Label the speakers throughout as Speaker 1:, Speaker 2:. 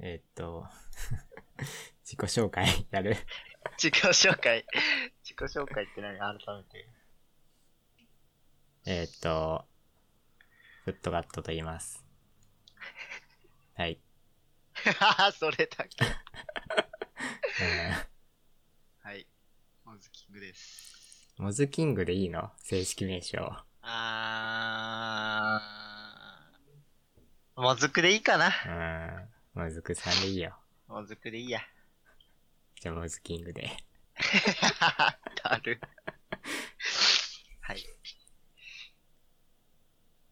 Speaker 1: えーっと、 自己紹介 やる
Speaker 2: 自己紹介。自己紹介って何改めて。
Speaker 1: えーっと、フットガットと言います。はい。
Speaker 2: それだけ。
Speaker 1: え
Speaker 2: はい。モズキングです。
Speaker 1: ー、モズキングでいいの正式名称。
Speaker 2: あー。モズクでいいかな。
Speaker 1: うーん。モズクさんでいいよ。
Speaker 2: モズクでい いや。
Speaker 1: じゃあモズキングで。
Speaker 2: だる。はい。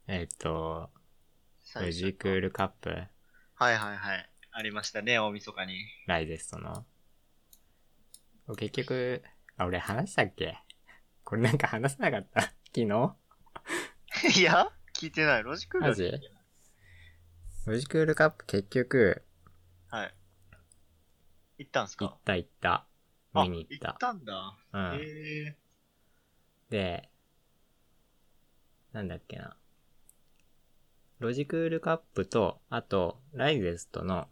Speaker 1: えーっと、
Speaker 2: 最
Speaker 1: 富
Speaker 2: 初
Speaker 1: 士クールカップ、
Speaker 2: はいはいはい。ありましたね、大晦日に。
Speaker 1: ライゼストの。結局、あ、俺話したっけこれなんか話さなかった昨日
Speaker 2: いや、聞いてない。ロジクール
Speaker 1: マジロジクールカップ結局、
Speaker 2: はい。行ったんす
Speaker 1: 行っ
Speaker 2: か
Speaker 1: た行った。見に行っ
Speaker 2: あ
Speaker 1: た。
Speaker 2: 行ったんだ。
Speaker 1: う
Speaker 2: へ
Speaker 1: ん。
Speaker 2: え
Speaker 1: で、なんだっけな。ロジクールカップと、あと、ライゼストの、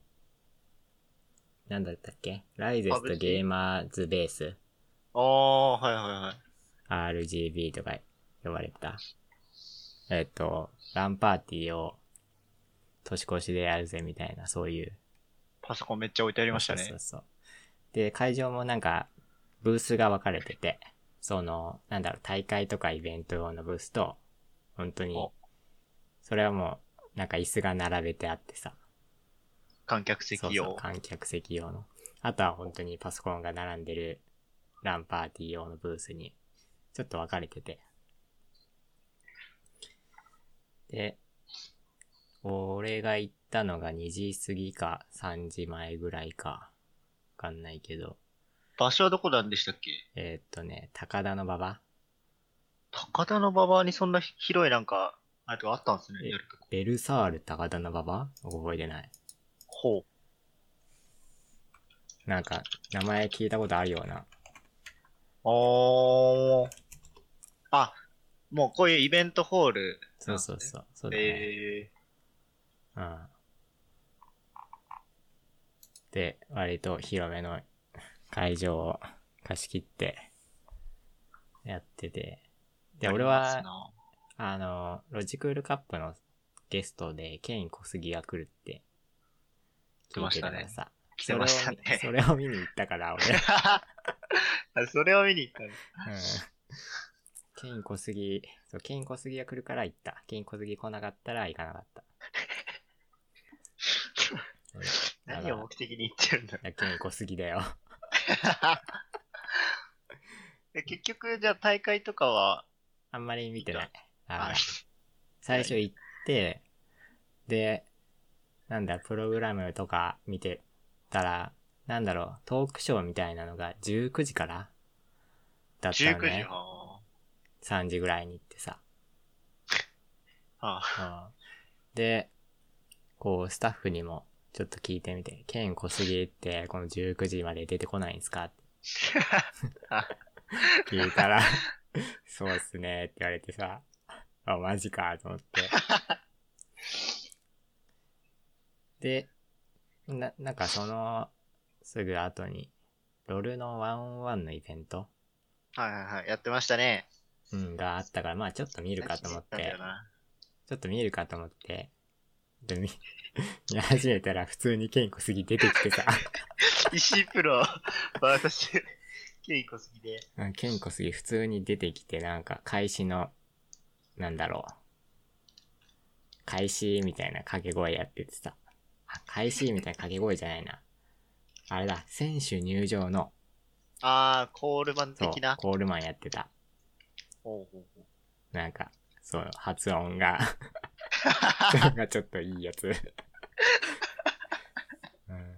Speaker 1: なんだったっけライゼストゲーマーズベース、
Speaker 2: ー。あー、はいはいはい。
Speaker 1: RGB とか呼ばれた、えっ、と、ランパーティーを年越しでやるぜみたいな、そういう。
Speaker 2: パソコンめっちゃ置いてありました
Speaker 1: そう
Speaker 2: ね。
Speaker 1: そうそう。で、会場もなんか、ブースが分かれてて、その、なんだろう、大会とかイベント用のブースと、本当に
Speaker 2: お、
Speaker 1: それはもう、なんか椅子が並べてあってさ、
Speaker 2: 観客
Speaker 1: そ
Speaker 2: 席
Speaker 1: うそう、
Speaker 2: 用。
Speaker 1: 観客席用の。あとは本当にパソコンが並んでる、ランパーティー用のブースに、ちょっと分かれてて。で、俺が行ったのが2時過ぎか3時前ぐらいか、わかんないけど、
Speaker 2: 場所はどこなんでしたっけ
Speaker 1: えーっとね、高田の馬場
Speaker 2: 高田の馬場にそんな広いなんか、あれとかあったんです
Speaker 1: え
Speaker 2: ね、やるとこ。
Speaker 1: ベルサール高田の馬場覚えてない。
Speaker 2: ほう。
Speaker 1: なんか、名前聞いたことあるような。
Speaker 2: あー。あ、もうこういうイベントホール。
Speaker 1: そうそうそう。そうだね。
Speaker 2: え
Speaker 1: うん。で、割と広めの会場を貸し切ってやってて。
Speaker 2: ー。
Speaker 1: で、俺
Speaker 2: あり
Speaker 1: は、
Speaker 2: ま
Speaker 1: あの、ロジクールカップのゲストで、ケイン小杉が来るって聞いてたからさ。
Speaker 2: 来てましたね
Speaker 1: それを見 それを見に行ったから、 俺。
Speaker 2: すなあ それを見に行った
Speaker 1: う
Speaker 2: の
Speaker 1: んケイン小杉、そう、ケイン小杉が来るから行った。ケイン小杉来なかったら行かなか った。そうだから
Speaker 2: 何を目的に行ってるんだ
Speaker 1: いやケイン小杉だよ。
Speaker 2: え結局、じゃあ大会とかは、
Speaker 1: あんまり見てない。
Speaker 2: あ
Speaker 1: はい。最初行って、で、なんだ、プログラムとか見てたら、なんだろう、トークショーみたいなのが19時からだった
Speaker 2: 19
Speaker 1: の
Speaker 2: 時
Speaker 1: ね。
Speaker 2: は、
Speaker 1: 3時ぐらいに行ってさ。
Speaker 2: あ
Speaker 1: うんで、こう、スタッフにも、ちょっと聞いてみて、ケン小杉って、この19時まで出てこないんですか って聞いたら、そうっすねって言われてさ、あ、マジかと思って。で、な、なんかその、すぐ後に、ロルのワンオンワンのイベント、
Speaker 2: はいはいはい、やってましたね。
Speaker 1: うん、があったから、まあちょっと見
Speaker 2: い
Speaker 1: るかと思って、
Speaker 2: な
Speaker 1: ちょっと見えるかと思って、で見、 見始めたら普通にケンコすぎ出てきてさ、
Speaker 2: 石井プロ、私、ケイコ好きで。
Speaker 1: うんケンコすぎ普通に出てきて、なんか開始の、なんだろう、開始みたいな掛け声やっててさ、あ、開始みたいな掛け声じゃないな。あれだ、選手入場の、
Speaker 2: あー、コールマン
Speaker 1: そう
Speaker 2: 的な、。
Speaker 1: コールマンやってた。
Speaker 2: ほうほうほう
Speaker 1: なんか、そう、発音が、がちょっといいやつ。うん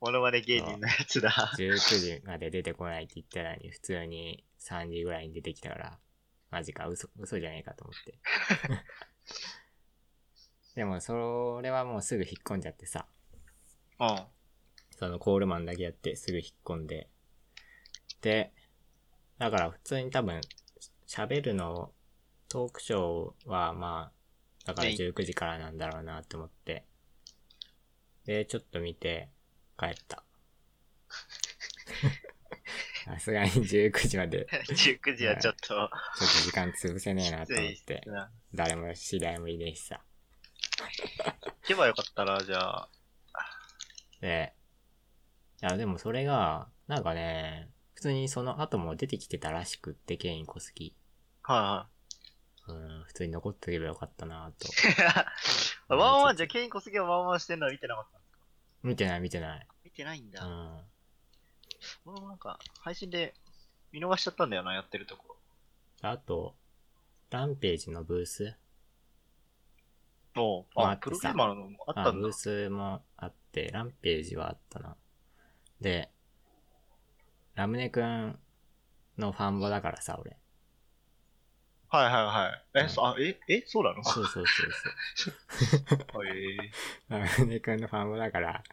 Speaker 2: モノマネ芸人のやつだ。
Speaker 1: 19時まで出てこないって言ったのに、普通に3時ぐらいに出てきたから、マジか、嘘、嘘じゃないかと思って。でも、それはもうすぐ引っ込んじゃってさ、
Speaker 2: うん。
Speaker 1: そのコールマンだけやってすぐ引っ込んで。で、だから普通に多分、喋るの、トークショーはまあ、だから
Speaker 2: メイン
Speaker 1: 19時からなんだろうなって思って、で、ちょっと見て、帰った。さすがに19時まで、
Speaker 2: 19時はちょっと、
Speaker 1: ちょっと時間潰せねえな
Speaker 2: き
Speaker 1: と
Speaker 2: つ
Speaker 1: 思っ
Speaker 2: い
Speaker 1: て、
Speaker 2: な。
Speaker 1: 誰も知り合いもいねえしさ。
Speaker 2: 行けばよかったら、じゃあ、
Speaker 1: で、いや、でもそれが、なんかね、普通にその後も出てきてたらしくって、ケインコスキ。
Speaker 2: は
Speaker 1: うん、普通に残っておけばよかったな と。
Speaker 2: いはい。 ワンワン、じゃあ、ケイン小杉がワンワンしてんのは見てなかった。
Speaker 1: 見てない見てない。
Speaker 2: 見てないんだ
Speaker 1: う。ん。
Speaker 2: 俺もなんか、配信で見逃しちゃったんだよな、やってるとこ。
Speaker 1: あと、ランページのブース
Speaker 2: おう
Speaker 1: まああ
Speaker 2: あ
Speaker 1: っ、てさ
Speaker 2: プログラマーのもあった
Speaker 1: あ、
Speaker 2: ん
Speaker 1: ブ
Speaker 2: だ
Speaker 1: ー。スもあって、ランページはあったな。で、ラムネくんのファンボだからさ、俺。
Speaker 2: はいはいはい。
Speaker 1: う
Speaker 2: え、
Speaker 1: ん
Speaker 2: そあえ、え、そうなの
Speaker 1: そうそうそうそう。
Speaker 2: えー
Speaker 1: ラムネくんのファンボだから、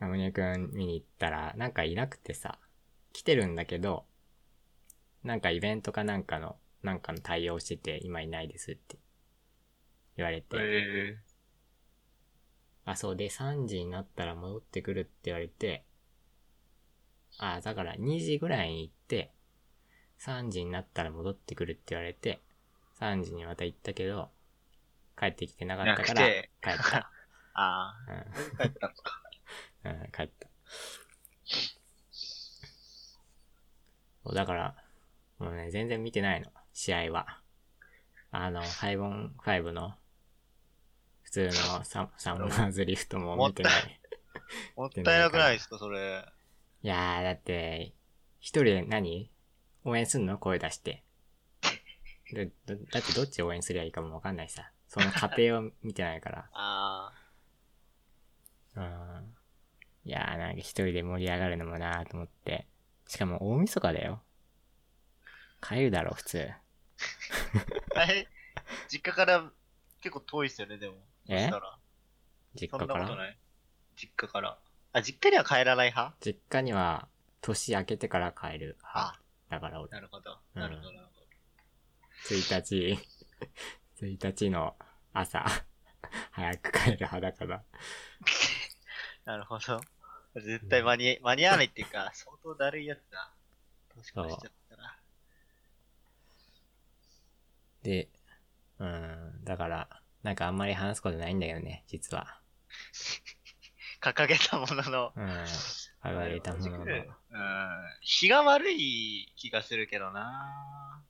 Speaker 1: ラムネくん見に行ったら、なんかいなくてさ、来てるんだけど、なんかイベントかなんかの、なんかの対応してて、今いないですって言われて、
Speaker 2: え
Speaker 1: あ、そうで、3時になったら戻ってくるって言われて、あ、だから2時ぐらいに行って、3時になったら戻ってくるって言われて、3時にまた行ったけど、帰ってきてなかったから、
Speaker 2: なく
Speaker 1: 帰っ
Speaker 2: て
Speaker 1: た。
Speaker 2: ー、あ
Speaker 1: うん
Speaker 2: ー、帰ったのか。
Speaker 1: うん、帰った。そうだから、もうね、全然見てないの、試合は。あの、ハイボン5の、普通のササムナーズリフトも見てない。
Speaker 2: もったいなくないですか、それ。
Speaker 1: いやー、だって、一人で何応援すんの声出して。でどだってどっち応援すりゃいいかもわかんないしさ。その過程を見てないから。
Speaker 2: あ
Speaker 1: うんいやーなんか一人で盛り上がるのもなーと思って。しかも大晦日だよ。帰るだろ、普通。
Speaker 2: ー。え、実家から結構遠いっすよね、でも。
Speaker 1: え
Speaker 2: そしたら
Speaker 1: 実
Speaker 2: そ
Speaker 1: 家
Speaker 2: ん
Speaker 1: か
Speaker 2: なこと
Speaker 1: ら。
Speaker 2: ない実家から。あ、実家には帰らない派
Speaker 1: 実家には年明けてから帰る。
Speaker 2: あ、
Speaker 1: だから俺、
Speaker 2: なるほど。
Speaker 1: うん
Speaker 2: なるほど。なるほど
Speaker 1: 1日、1日の朝、 早く帰る派だから。
Speaker 2: なるほど。絶対間に間に合わないっていうか、 相当だるいやつだ。年越しちゃったら。
Speaker 1: で、うん、だから、なんかあんまり話すことないんだけどね、実は。
Speaker 2: 掲げたものの。
Speaker 1: うん、上げたもの
Speaker 2: う
Speaker 1: の
Speaker 2: ん。。日が悪い気がするけどな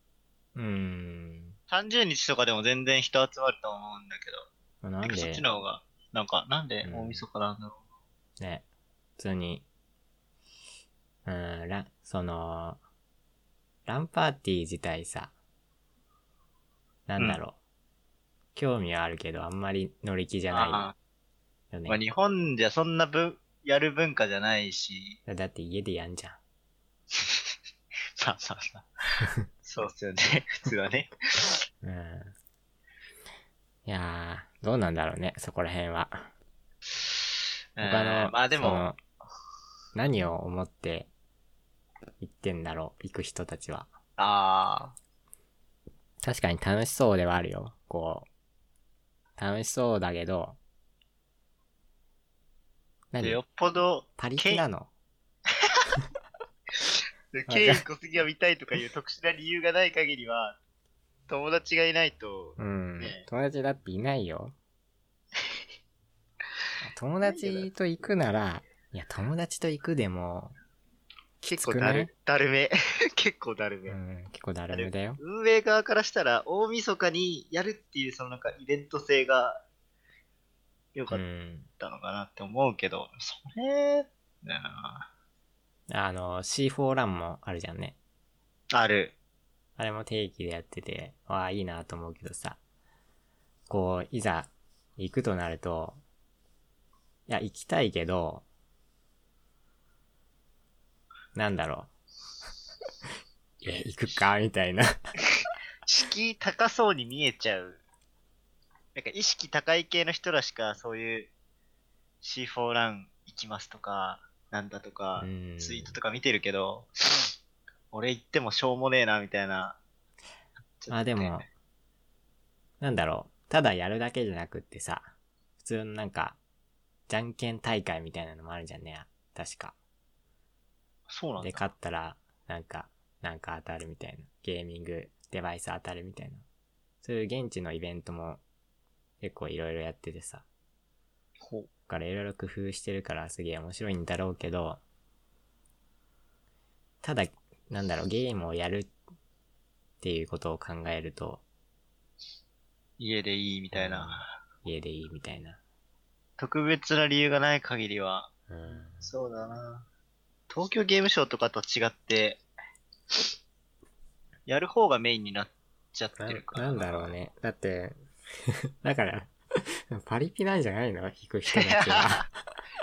Speaker 1: うん、
Speaker 2: 30日とかでも全然人集まると思うんだけど。
Speaker 1: まあなん
Speaker 2: てかそっ
Speaker 1: で
Speaker 2: ち、の方が、なんか、なんで
Speaker 1: うん
Speaker 2: 大晦日なんだろ
Speaker 1: ね、普通に、うん、ラン、その、ランパーティー自体さ、なんだろう、興味はあるけど、あんまり乗り気じ
Speaker 2: う。
Speaker 1: ゃな
Speaker 2: ああ
Speaker 1: いよ
Speaker 2: まあ、
Speaker 1: ね。
Speaker 2: 日本じゃそんなぶやる文化じゃないし、
Speaker 1: だって家でやんじゃん。
Speaker 2: さあさあさあ。そうっすよね、 普通はね。
Speaker 1: うん。いやー、どうなんだろうね、そこら辺は。
Speaker 2: う
Speaker 1: 他の、
Speaker 2: んまあで
Speaker 1: そ
Speaker 2: も、
Speaker 1: の、何を思って行ってんだろう、行く人たちは。
Speaker 2: ああ、
Speaker 1: 確かに楽しそうではあるよ。こう、楽しそうだけど、
Speaker 2: で
Speaker 1: 何
Speaker 2: よっぽど、
Speaker 1: パリピなの
Speaker 2: でケイン小杉が見たいとかいう特殊な理由がない限りは、友達がいないと、
Speaker 1: うん
Speaker 2: ね。
Speaker 1: 友達だっていない よ。友達と行くなら、いや、友達と行くでも、
Speaker 2: 結
Speaker 1: きつ
Speaker 2: 構
Speaker 1: くな
Speaker 2: だ
Speaker 1: い
Speaker 2: る、だるめ。 結構だる
Speaker 1: う
Speaker 2: め。
Speaker 1: ん、結構だるめだよ。
Speaker 2: 運営側からしたら、大晦日にやるっていう、そのなんかイベント性が良か
Speaker 1: う
Speaker 2: っ
Speaker 1: ん。
Speaker 2: たのかなって思うけど、それ、な
Speaker 1: あの、C4 ランもあるじゃんね。
Speaker 2: あある。
Speaker 1: あれも定期でやってて、わあ、いいなと思うけどさ、こう、いざ、行くとなると、いや、行きたいけど、なんだろ う。え、行くかみたいな。
Speaker 2: 敷居高そうに見えちゃう。なんか意識高い系の人らしか、そういう C4 ラン行きますとか、なんだとか
Speaker 1: う、ん
Speaker 2: ツイートとか見てるけど、俺行ってもしょうもねえな、みたいな。
Speaker 1: あ、でも、なんだろう。ただやるだけじゃなくってさ、普通のなんか、じゃんけん大会みたいなのもあるじゃんね。確か。
Speaker 2: そうなん
Speaker 1: で、
Speaker 2: だ。
Speaker 1: 勝ったら、なんか、なんか当たるみたいな。ゲーミング、デバイス当たるみたいな。そういう現地のイベントも結構いろいろやっててさ。
Speaker 2: ほう。
Speaker 1: だからいろいろ工夫してるからすげえ面白いんだろうけど、ただ、なんだろう、ゲームをやるっていうことを考えると、
Speaker 2: 家でいいみたいな。
Speaker 1: 家でいいみたいな。
Speaker 2: 特別な理由がない限りは。
Speaker 1: うん。
Speaker 2: そうだな。東京ゲームショウとかと違って、やる方がメインになっちゃってるから。
Speaker 1: ななんだろうね。だって、 だから、パリピなんじゃないの弾く人たち が。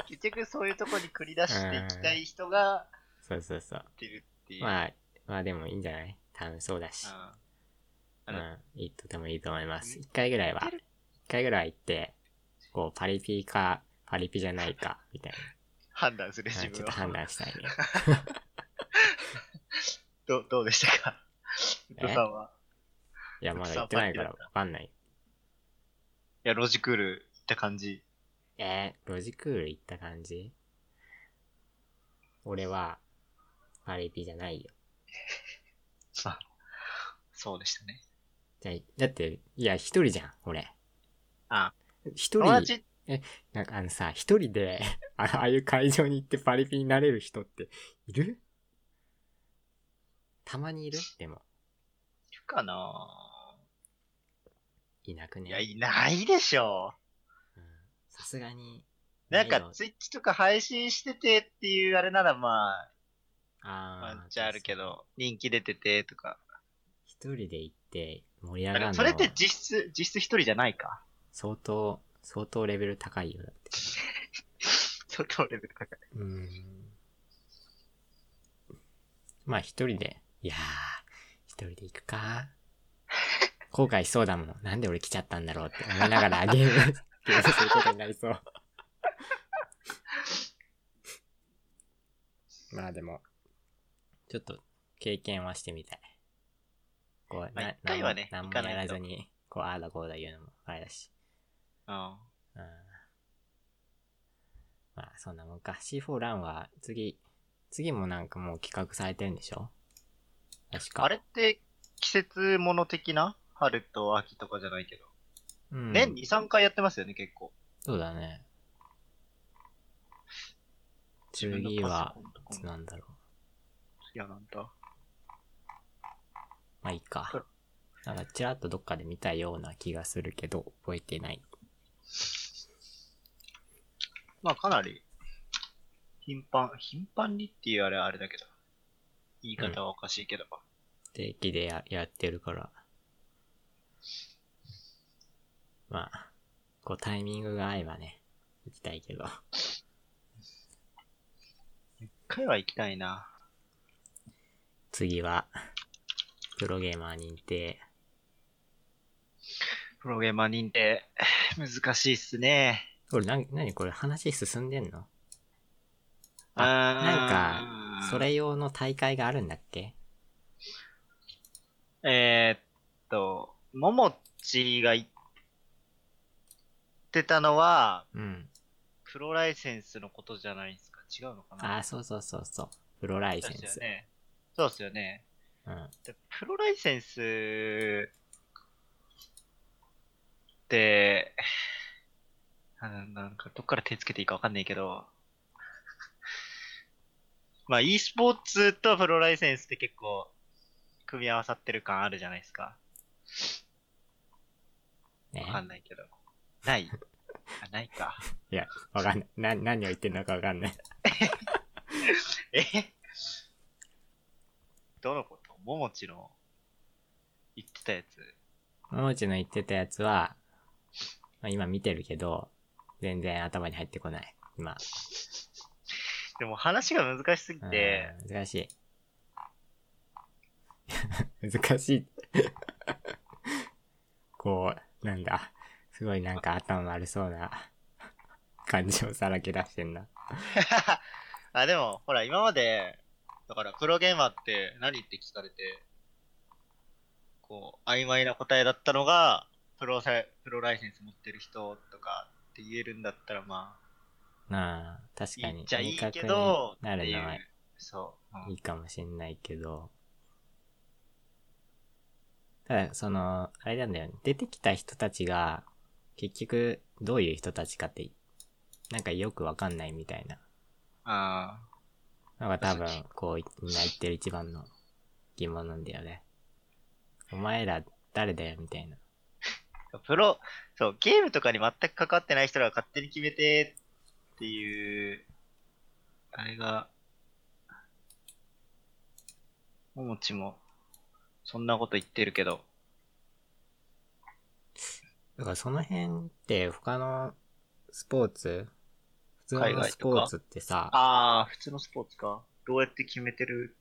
Speaker 2: 結局そういうとこに繰り出していきたい人が
Speaker 1: そうそうそう。
Speaker 2: 出るっていう。
Speaker 1: まあ、まあでもいいんじゃない多分そうだし。
Speaker 2: う
Speaker 1: うんん。いい、とてもいいと思います。
Speaker 2: うん
Speaker 1: 一回ぐらいは、
Speaker 2: いける
Speaker 1: 一回ぐらいは行って、こう、パリピか、パリピじゃないか、みたい
Speaker 2: 判断する
Speaker 1: な。
Speaker 2: 自
Speaker 1: うんちょ
Speaker 2: 分
Speaker 1: っと判
Speaker 2: は。
Speaker 1: 断した いね。
Speaker 2: どうどうでし たか
Speaker 1: え
Speaker 2: ルさんは。
Speaker 1: いや、まだ行ってないからわかんない。
Speaker 2: いや、ロジクール行った感じ。
Speaker 1: えー、ロジクール行った感じ俺は、パリピじゃないよ。
Speaker 2: あそうでしたね。
Speaker 1: じゃあだって、いや、一人じゃん、俺。
Speaker 2: あ
Speaker 1: 一
Speaker 2: 友
Speaker 1: 人、
Speaker 2: 達、
Speaker 1: なんかあのさ、一人で あ、ああいう会場に行ってパリピになれる人って、いるたまにいるでも、
Speaker 2: いるかない
Speaker 1: なくね。
Speaker 2: いや、いないでしょ
Speaker 1: うんさすがに。
Speaker 2: う。なん
Speaker 1: い
Speaker 2: か
Speaker 1: の、
Speaker 2: ツイッチとか配信しててっていうあれならまあ、ワ
Speaker 1: あ
Speaker 2: ンチャンあるけ。ど、人気出ててとか。
Speaker 1: そう一人で行って盛り上
Speaker 2: あ
Speaker 1: が
Speaker 2: で
Speaker 1: る
Speaker 2: も
Speaker 1: の
Speaker 2: それって実質、実質一人じゃないか。
Speaker 1: 相当、相当レベル高いよ。だって
Speaker 2: それとレベル高い。
Speaker 1: うん。まあ一人で、いやー、一人で行く か。後悔しそうだもん。なんで俺来ちゃったんだろうって思いながらゲーム、ゲームすることになり そう。まあでも、ちょっと経験はしてみたい。こう、
Speaker 2: まあ
Speaker 1: な
Speaker 2: 一回はね
Speaker 1: 何も
Speaker 2: 行か
Speaker 1: 何
Speaker 2: な
Speaker 1: も
Speaker 2: い
Speaker 1: や
Speaker 2: と
Speaker 1: らずに、こう、ああだこうだ言うのもあれだし。
Speaker 2: うん。
Speaker 1: うんまあ、そんなもんか。C4 ランは、次、次もなんかもう企画されてるんでしょ確か。
Speaker 2: あれって季節もの的な春と秋とかじゃないけど。
Speaker 1: うん。
Speaker 2: 年2、3回やってますよね、結構。
Speaker 1: そうだね。
Speaker 2: 自分の
Speaker 1: 次
Speaker 2: パ
Speaker 1: は
Speaker 2: ソコンと、
Speaker 1: いつ
Speaker 2: かも。
Speaker 1: なんだろう。
Speaker 2: いや、なんだ。
Speaker 1: まあいい
Speaker 2: そう
Speaker 1: か。なんかちらっとどっかで見たような気がするけど、覚えてない。
Speaker 2: まあ、かなり、頻繁、頻繁にっていうあれはあれだけど。言い方はおかしいけど。
Speaker 1: 定期でややってるから。まあ、こうタイミングが合えばね、行きたいけど。
Speaker 2: 一回は行きたいな。
Speaker 1: 次は、プロゲーマー認定。
Speaker 2: プロゲーマー認定、難しいっすね。
Speaker 1: これ、な、なにこれ話進んでんのあ
Speaker 2: あー
Speaker 1: そ、れ用の大会があるんだっけ
Speaker 2: えー、っと、ももっちが言ってたのは、
Speaker 1: うん。
Speaker 2: プロライセンスのことじゃないですか。違うのかな
Speaker 1: ああ、そうそうそうそう。プロライセ
Speaker 2: そう
Speaker 1: ン
Speaker 2: です
Speaker 1: ス。
Speaker 2: よね。そうですよね。
Speaker 1: うん。
Speaker 2: でプロライセンスって、あのなんかどっから手つけていいかわかんないけど、 まあ e スポーツとプロライセンスって結構組み合わさってる感あるじゃないですか。
Speaker 1: ね
Speaker 2: わかんないけど。ないあないか。
Speaker 1: いや、わかんない。な、何を言ってんのかわかんない。
Speaker 2: えどのことももちの言ってたやつ。
Speaker 1: もうちの言ってたやつは、まあ、今見てるけど、全然頭に入ってこない。今。
Speaker 2: でも話が難しすぎて、
Speaker 1: うん難しい。 難しい。 こう、なんだ。すごいなんか頭悪そうな感じをさらけ出してんな。
Speaker 2: あ、でも、ほら、今まで、だから、プロゲーマーって何って聞かれて、こう、曖昧な答えだったのが、プロサイプロライセンス持ってる人とかって言えるんだったら、まあ、
Speaker 1: まあ、確か
Speaker 2: いい
Speaker 1: に
Speaker 2: っちゃいい
Speaker 1: 明確
Speaker 2: け
Speaker 1: に
Speaker 2: ど、
Speaker 1: なるの
Speaker 2: っ
Speaker 1: は
Speaker 2: ていうそう。うん
Speaker 1: いいかもしんないけど、ただ、その、あれなんだよね。出てきた人たちが、結局、どういう人たちかって、なんかよくわかんないみたいな
Speaker 2: ああ。
Speaker 1: のが多分
Speaker 2: そう、
Speaker 1: こう、みんな言ってる一番の疑問なんだよね。お前ら、誰だよ、みたいな。
Speaker 2: プロ、そう、ゲームとかに全く関わってない人らが勝手に決めてっていう、あれが、ももちも、そんなこと言ってるけど、
Speaker 1: だからその辺って、他のスポーツ普通
Speaker 2: 海
Speaker 1: の
Speaker 2: 外
Speaker 1: ス
Speaker 2: と
Speaker 1: ポ
Speaker 2: か
Speaker 1: ーツってさ、
Speaker 2: ああ、普通のスポーツか。どうやって決めてる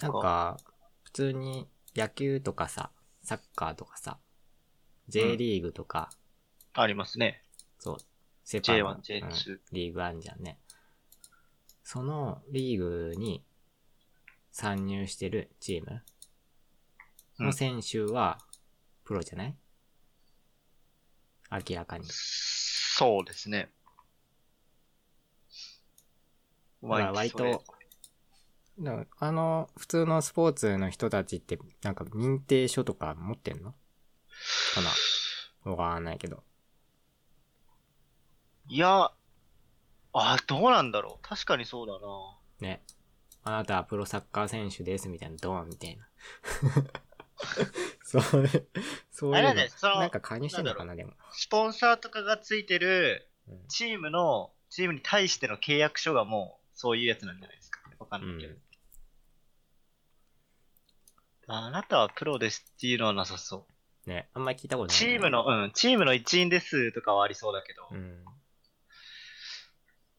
Speaker 1: なんか、普通に野球とかさ、サッカーとかさ、J リーグとか、
Speaker 2: ありますね。
Speaker 1: そう、セ
Speaker 2: J1
Speaker 1: の、
Speaker 2: J2
Speaker 1: うんリーグあんじゃんね。そのリーグに参入してるチーム
Speaker 2: うん
Speaker 1: の選手は、プロじゃない、明らかに。
Speaker 2: そうですね。
Speaker 1: まあ割
Speaker 2: それ
Speaker 1: と、だからあの、普通のスポーツの人たちって、なんか認定書とか持ってんのかなわかんないけど。
Speaker 2: いや、あ、どうなんだろう。確かにそうだな。
Speaker 1: ね。あなたはプロサッカー選手です、みたいな、ドーン、みたいな。 そう、そう
Speaker 2: あ
Speaker 1: い
Speaker 2: れ
Speaker 1: うの。
Speaker 2: なんだよその
Speaker 1: なんか加入してんのかな、でも。
Speaker 2: スポンサーとかがついてる
Speaker 1: うん
Speaker 2: チームの、チームに対しての契約書がもう、そういうやつなんじゃないですか。わかんないけど。
Speaker 1: うん
Speaker 2: あなたはプロですっていうのはなさそう。
Speaker 1: ね。あんまり聞いたことない。
Speaker 2: チーム。の、うん、チームの一員ですとかはありそうだけど。
Speaker 1: うん。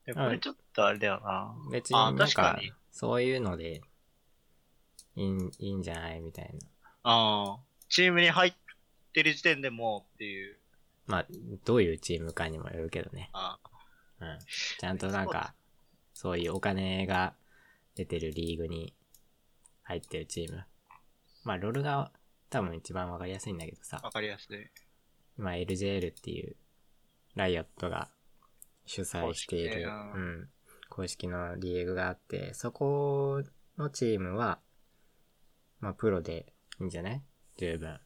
Speaker 2: でもこれちょっとあれだよな。
Speaker 1: 別に
Speaker 2: あ
Speaker 1: なん
Speaker 2: 確か
Speaker 1: か
Speaker 2: に、
Speaker 1: そういうので、いいん、いいんじゃないみたいな。
Speaker 2: ああ。チームに入ってる時点でもうっていう。
Speaker 1: まあ、どういうチームかにもよるけどね。
Speaker 2: あ
Speaker 1: う
Speaker 2: あ
Speaker 1: ん。ちゃんとなんか、そういうお金が出てるリーグに入ってるチーム。まあ、ロールが多分一番わかりやすいんだけどさ。
Speaker 2: わかりやすい。
Speaker 1: 今 LJL っていうライアットが主催してい
Speaker 2: 公式ね
Speaker 1: る、
Speaker 2: うん
Speaker 1: うん、公式のリーグがあって、そこのチームは、まあプロでいいんじゃない十分。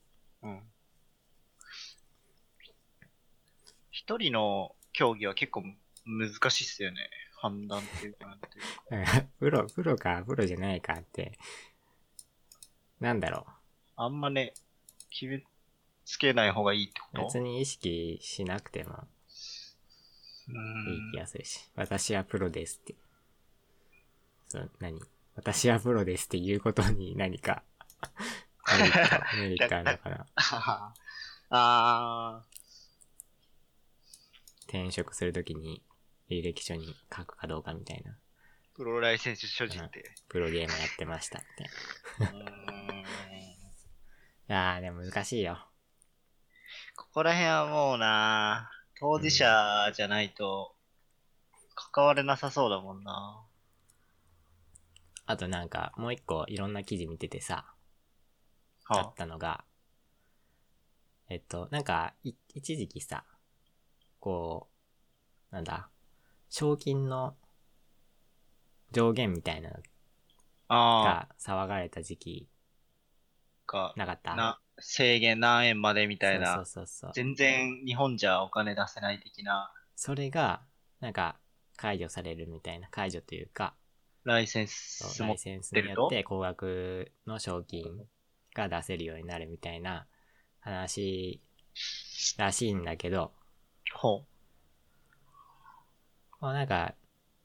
Speaker 2: うん。一人の競技は結構難しいっすよね。判断っていうかなんていう
Speaker 1: だか
Speaker 2: か。
Speaker 1: らプロ、プロか、プロじゃないかって、なんだろ
Speaker 2: あんまね、決めつけない方がいいって
Speaker 1: う。
Speaker 2: こと
Speaker 1: 別に意識しなくても
Speaker 2: う
Speaker 1: いい
Speaker 2: ん
Speaker 1: 気。がするし、私はプロですって。そう、何私はプロですっていうことに何か、メリッ ト、メリットあるのかな
Speaker 2: あ あ
Speaker 1: 転職するときに履歴書に書くかどうかみたいな。
Speaker 2: ー、プロライセンス所持って。
Speaker 1: プロゲームやってましたって。いう
Speaker 2: ーん
Speaker 1: やー、でも難しいよ。
Speaker 2: ここら辺はもうな、当事者じゃないと関われなさそうだもんな。
Speaker 1: あとなんか、もう一個いろんな記事見ててさ、あ
Speaker 2: は
Speaker 1: ったのが、えっと、なんか、い一時期さ、こう、なんだ、賞金の上限みたいなの
Speaker 2: あ、ああ、
Speaker 1: が騒がれた時期
Speaker 2: か、
Speaker 1: なかった
Speaker 2: な、制限何円までみたい
Speaker 1: そう
Speaker 2: な。
Speaker 1: そうそうそう。
Speaker 2: 全然日本じゃお金出せない的な
Speaker 1: それが、なんか、解除されるみたいな、解除というか、
Speaker 2: ライセン
Speaker 1: そ
Speaker 2: ス
Speaker 1: うラ
Speaker 2: も
Speaker 1: イ。センスによって高額の賞金が出せるようになるみたいな話らしいんだけど、
Speaker 2: ほ
Speaker 1: もうなんか、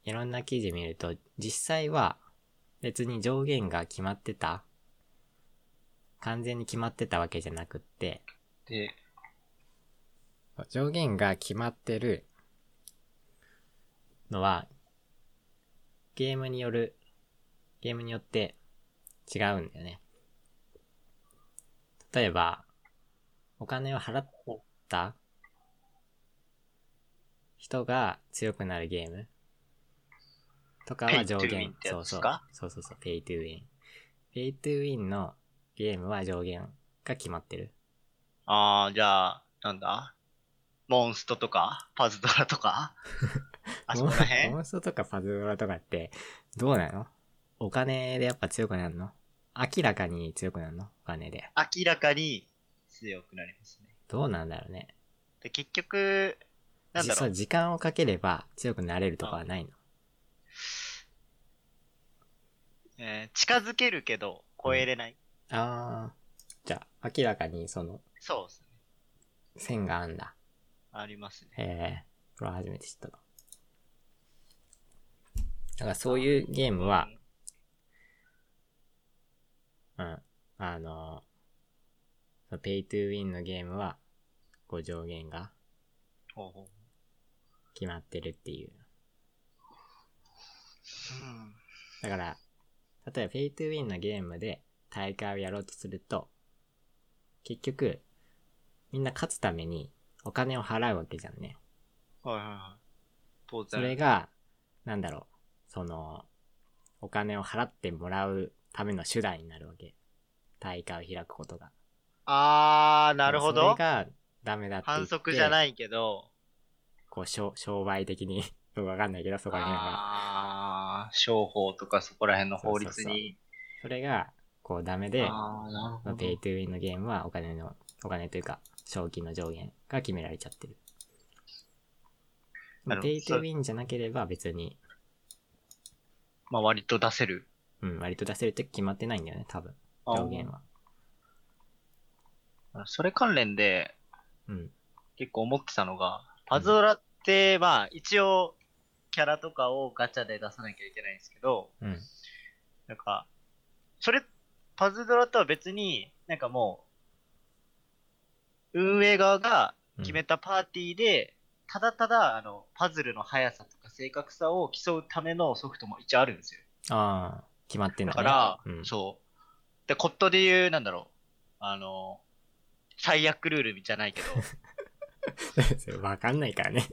Speaker 1: いろんな記事見ると、実際は別に上限が決まってた完全に決まってたわけじゃなくって、
Speaker 2: う。で、
Speaker 1: 上限が決まってるのは、ゲームによる、ゲームによって違うんだよね。例えば、お金を払った人が強くなるゲームとかは上
Speaker 2: Pay to win
Speaker 1: 限
Speaker 2: っ。て
Speaker 1: そ
Speaker 2: や
Speaker 1: う
Speaker 2: つ
Speaker 1: そう
Speaker 2: か。
Speaker 1: そうそうそう、ペイトゥウィン。ペイトゥウィンのゲームは上限が決まってる。
Speaker 2: ああ、じゃあ、なんだモンストとか、パズドラと か、あそこら辺
Speaker 1: モンストとかパズドラとかって、どうなのお金でやっぱ強くなるの明らかに強くなるのお金で。
Speaker 2: 明らかに強くなりますね。
Speaker 1: どうなんだろうね。
Speaker 2: で、結局、なんだ
Speaker 1: じそ
Speaker 2: ろ
Speaker 1: う、
Speaker 2: う。
Speaker 1: 時間をかければ強くなれるとかはないの。
Speaker 2: えー近づけるけど、超えれない。
Speaker 1: あー。じゃあ、明らかにその、
Speaker 2: そうですね。
Speaker 1: 線があんだ。
Speaker 2: ありますね。
Speaker 1: えー、これは初めて知ったな。だからそういうゲームは、うん。あの、そのペイトゥーウィンのゲームは、こう上限が
Speaker 2: ほうほう。
Speaker 1: 決まってるっていう。
Speaker 2: うん。
Speaker 1: だから、例えばペイトゥーウィンのゲームで大会をやろうとすると、結局、みんな勝つためにお金を払うわけじゃんね。
Speaker 2: はいはいはい。当
Speaker 1: それ
Speaker 2: 然。
Speaker 1: が、なんだろう、その、お金を払ってもらうための手段になるわけ。大会を開くことが。
Speaker 2: あー、なるほ
Speaker 1: それ
Speaker 2: ど。
Speaker 1: がダメだって言って。。
Speaker 2: 反則じゃないいけど、
Speaker 1: こう、商商売的に、 よくわかんないけど、そこら辺は。
Speaker 2: あー、商法とかそこら辺の法律に。
Speaker 1: それが、こう、ダメで、
Speaker 2: あー、なる
Speaker 1: ま
Speaker 2: ほ
Speaker 1: あ
Speaker 2: ど
Speaker 1: ペ。イトゥーウィンのゲームはお金の、お金というか、賞金の上限が決められちゃってる。まあ
Speaker 2: なるほど
Speaker 1: ペイトゥーウィンじゃなければ別に、
Speaker 2: まあ割と出せる。
Speaker 1: うん、割と出せるって決まってないんだよね、多分。
Speaker 2: あー
Speaker 1: 上限は。
Speaker 2: それ関連で
Speaker 1: うん。
Speaker 2: 結構思ってたのが、パズドラって、まあ一応キャラとかをガチャで出さなきゃいけないんですけど、
Speaker 1: うん。
Speaker 2: なんか、それ、パズドラとは別に、なんかもう、運営側が決めたパーティーで、ただただ、あの、パズルの速さとか正確さを競うためのソフトも一応あるんですよ。
Speaker 1: ああ、決まってんだ、
Speaker 2: だ
Speaker 1: ね、
Speaker 2: から、
Speaker 1: うん、
Speaker 2: そう。で、コットで言う、なんだろう、あの、最悪ルールじゃないけど、
Speaker 1: それわかんないからね。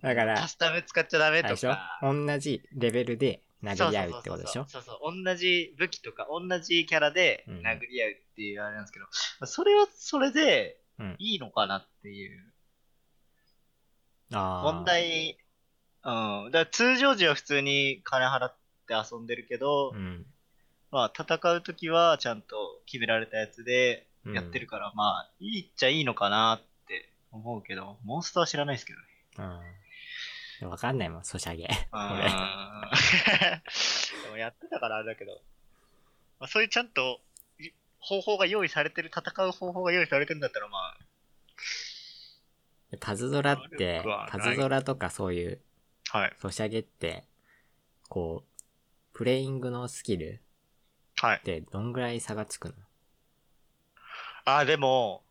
Speaker 1: だから、
Speaker 2: カスタム使っちゃダメ
Speaker 1: あれ
Speaker 2: と
Speaker 1: でしょ
Speaker 2: か。
Speaker 1: 同じレベルで
Speaker 2: そ
Speaker 1: 殴り合うってことでしょ
Speaker 2: そうそうそうそうそう同じ武器とか同じキャラで
Speaker 1: うん
Speaker 2: 殴り合うっていうあれなんですけど、まあそれはそれで
Speaker 1: うん
Speaker 2: いいのかなっていう
Speaker 1: ああ。
Speaker 2: 問。題、うん、だから通常時は普通に金払って遊んでるけど、
Speaker 1: うん。
Speaker 2: まあ戦う時はちゃんと決められたやつでやってるから、まあいいっちゃいいのかなって思うけどモンストは知らないですけどね
Speaker 1: うん。でもわかんないもん、ソシャゲ。
Speaker 2: う
Speaker 1: 俺
Speaker 2: ん でもやってたからあれだけど、まあ、そういうちゃんとい方法が用意されてる、戦う方法が用意されてるんだったら、まあ、
Speaker 1: パズドラって
Speaker 2: 悪くは、
Speaker 1: パ
Speaker 2: ない
Speaker 1: ズドラとかそういう
Speaker 2: はい。
Speaker 1: ソシャゲって、こう、プレイングのスキル
Speaker 2: はい
Speaker 1: っ。てどんぐらい差がつくの
Speaker 2: ああ、でも、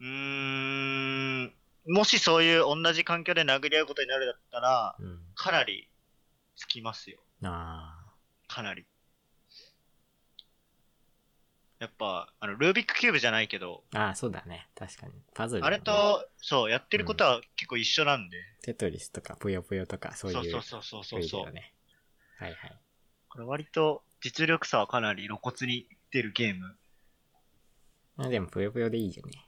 Speaker 2: うーん、もしそういう同じ環境で殴り合うことになるだったら、
Speaker 1: うん。
Speaker 2: かなりつきますよ。
Speaker 1: あ
Speaker 2: かなり。やっぱ、あの、ルービックキューブじゃないけど、
Speaker 1: あ。ああ、そうだね。確かに。パズル、
Speaker 2: あれ、と、そう、やってることは結構一緒なんで、
Speaker 1: テトリスとかぷよぷよとかそういう。
Speaker 2: そうそうそうそうそう
Speaker 1: だよね。はいはい。
Speaker 2: これ割と実力差はかなり露骨に出るゲーム。
Speaker 1: まあでも、ぷよぷよでいいよね。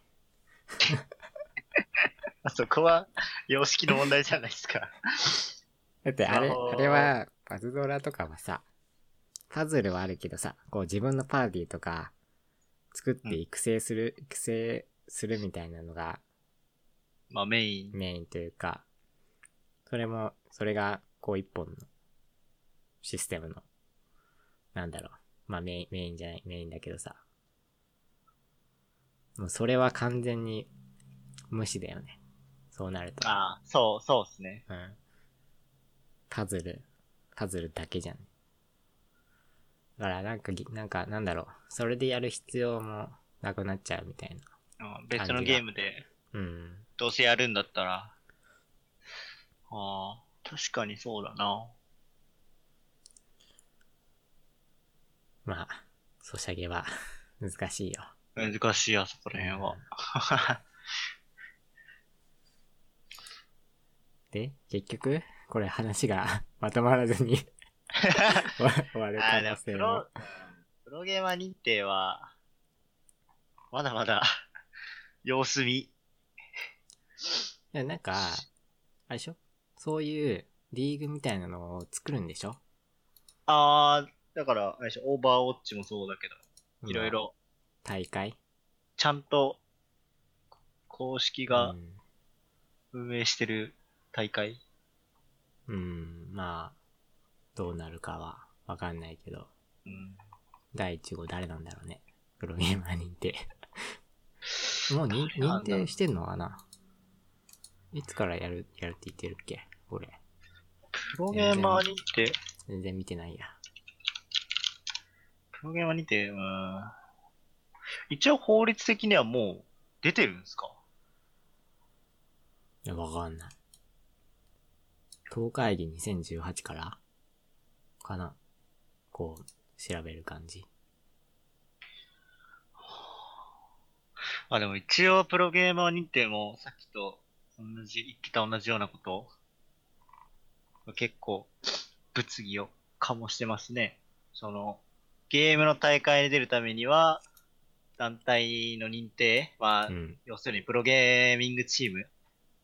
Speaker 2: あそこは様式の問題じゃないですか。
Speaker 1: だって、あれ、
Speaker 2: あのー
Speaker 1: あれは、パズドラとかはさ、パズルはあるけどさ、こう自分のパーティーとか、作って育成する、育成するみたいなのが
Speaker 2: まあメイン。
Speaker 1: メインというか、それも、それが、こう一本のシステムの、なんだろう、まあメイン、メインじゃない、メインだけどさ、もうそれは完全に無視だよね。そうなると。
Speaker 2: ああ、そう、そうですね。
Speaker 1: うん。パズル、パズルだけじゃん。だから、なんかぎ、なんか、なんだろう。それでやる必要もなくなっちゃうみたいな。
Speaker 2: うん別のゲームで
Speaker 1: うん。
Speaker 2: どうせやるんだったら。ああ、確かにそうだな。
Speaker 1: まあ、ソシャゲは 難しいよ。
Speaker 2: 難しいあそこら辺は。
Speaker 1: で、結局、これ話が まとまら ずに終わ終わる
Speaker 2: あ
Speaker 1: 可
Speaker 2: あ、でも
Speaker 1: 能
Speaker 2: プ
Speaker 1: 性
Speaker 2: ロ
Speaker 1: も。、
Speaker 2: プロゲーマー認定は、まだまだ、 様子見。
Speaker 1: でなんか、あれでしょそういうリーグみたいなのを作るんでしょ
Speaker 2: あー、だから、あれでしょオーバーウォッチもそうだけど、いろい。
Speaker 1: 今
Speaker 2: ろ、
Speaker 1: 大会
Speaker 2: ちゃんと、公式が
Speaker 1: うん
Speaker 2: 運営してる大会。
Speaker 1: うん、まあ、どうなるかはわかんないけど、
Speaker 2: うん。
Speaker 1: 第1号誰なんだろうね。プロゲーマー認定。 もうに認
Speaker 2: 誰なんだろう
Speaker 1: 定してんのかないつからやる、やるって言ってるっけ俺。
Speaker 2: プロゲーマー認定、
Speaker 1: 全然見てないや。
Speaker 2: プロゲーマー認定、うーん。一応法律的にはもう出てるんですか
Speaker 1: いや、わかんない。党会議2018からかなこう、調べる感じ。
Speaker 2: まあでも一応プロゲーマー認定もさっきと同じ、言ってた同じようなことを結構物議を醸してますね。そのゲームの大会に出るためには団体の認定、まあ、
Speaker 1: うん。
Speaker 2: 要するにプロゲーミングチーム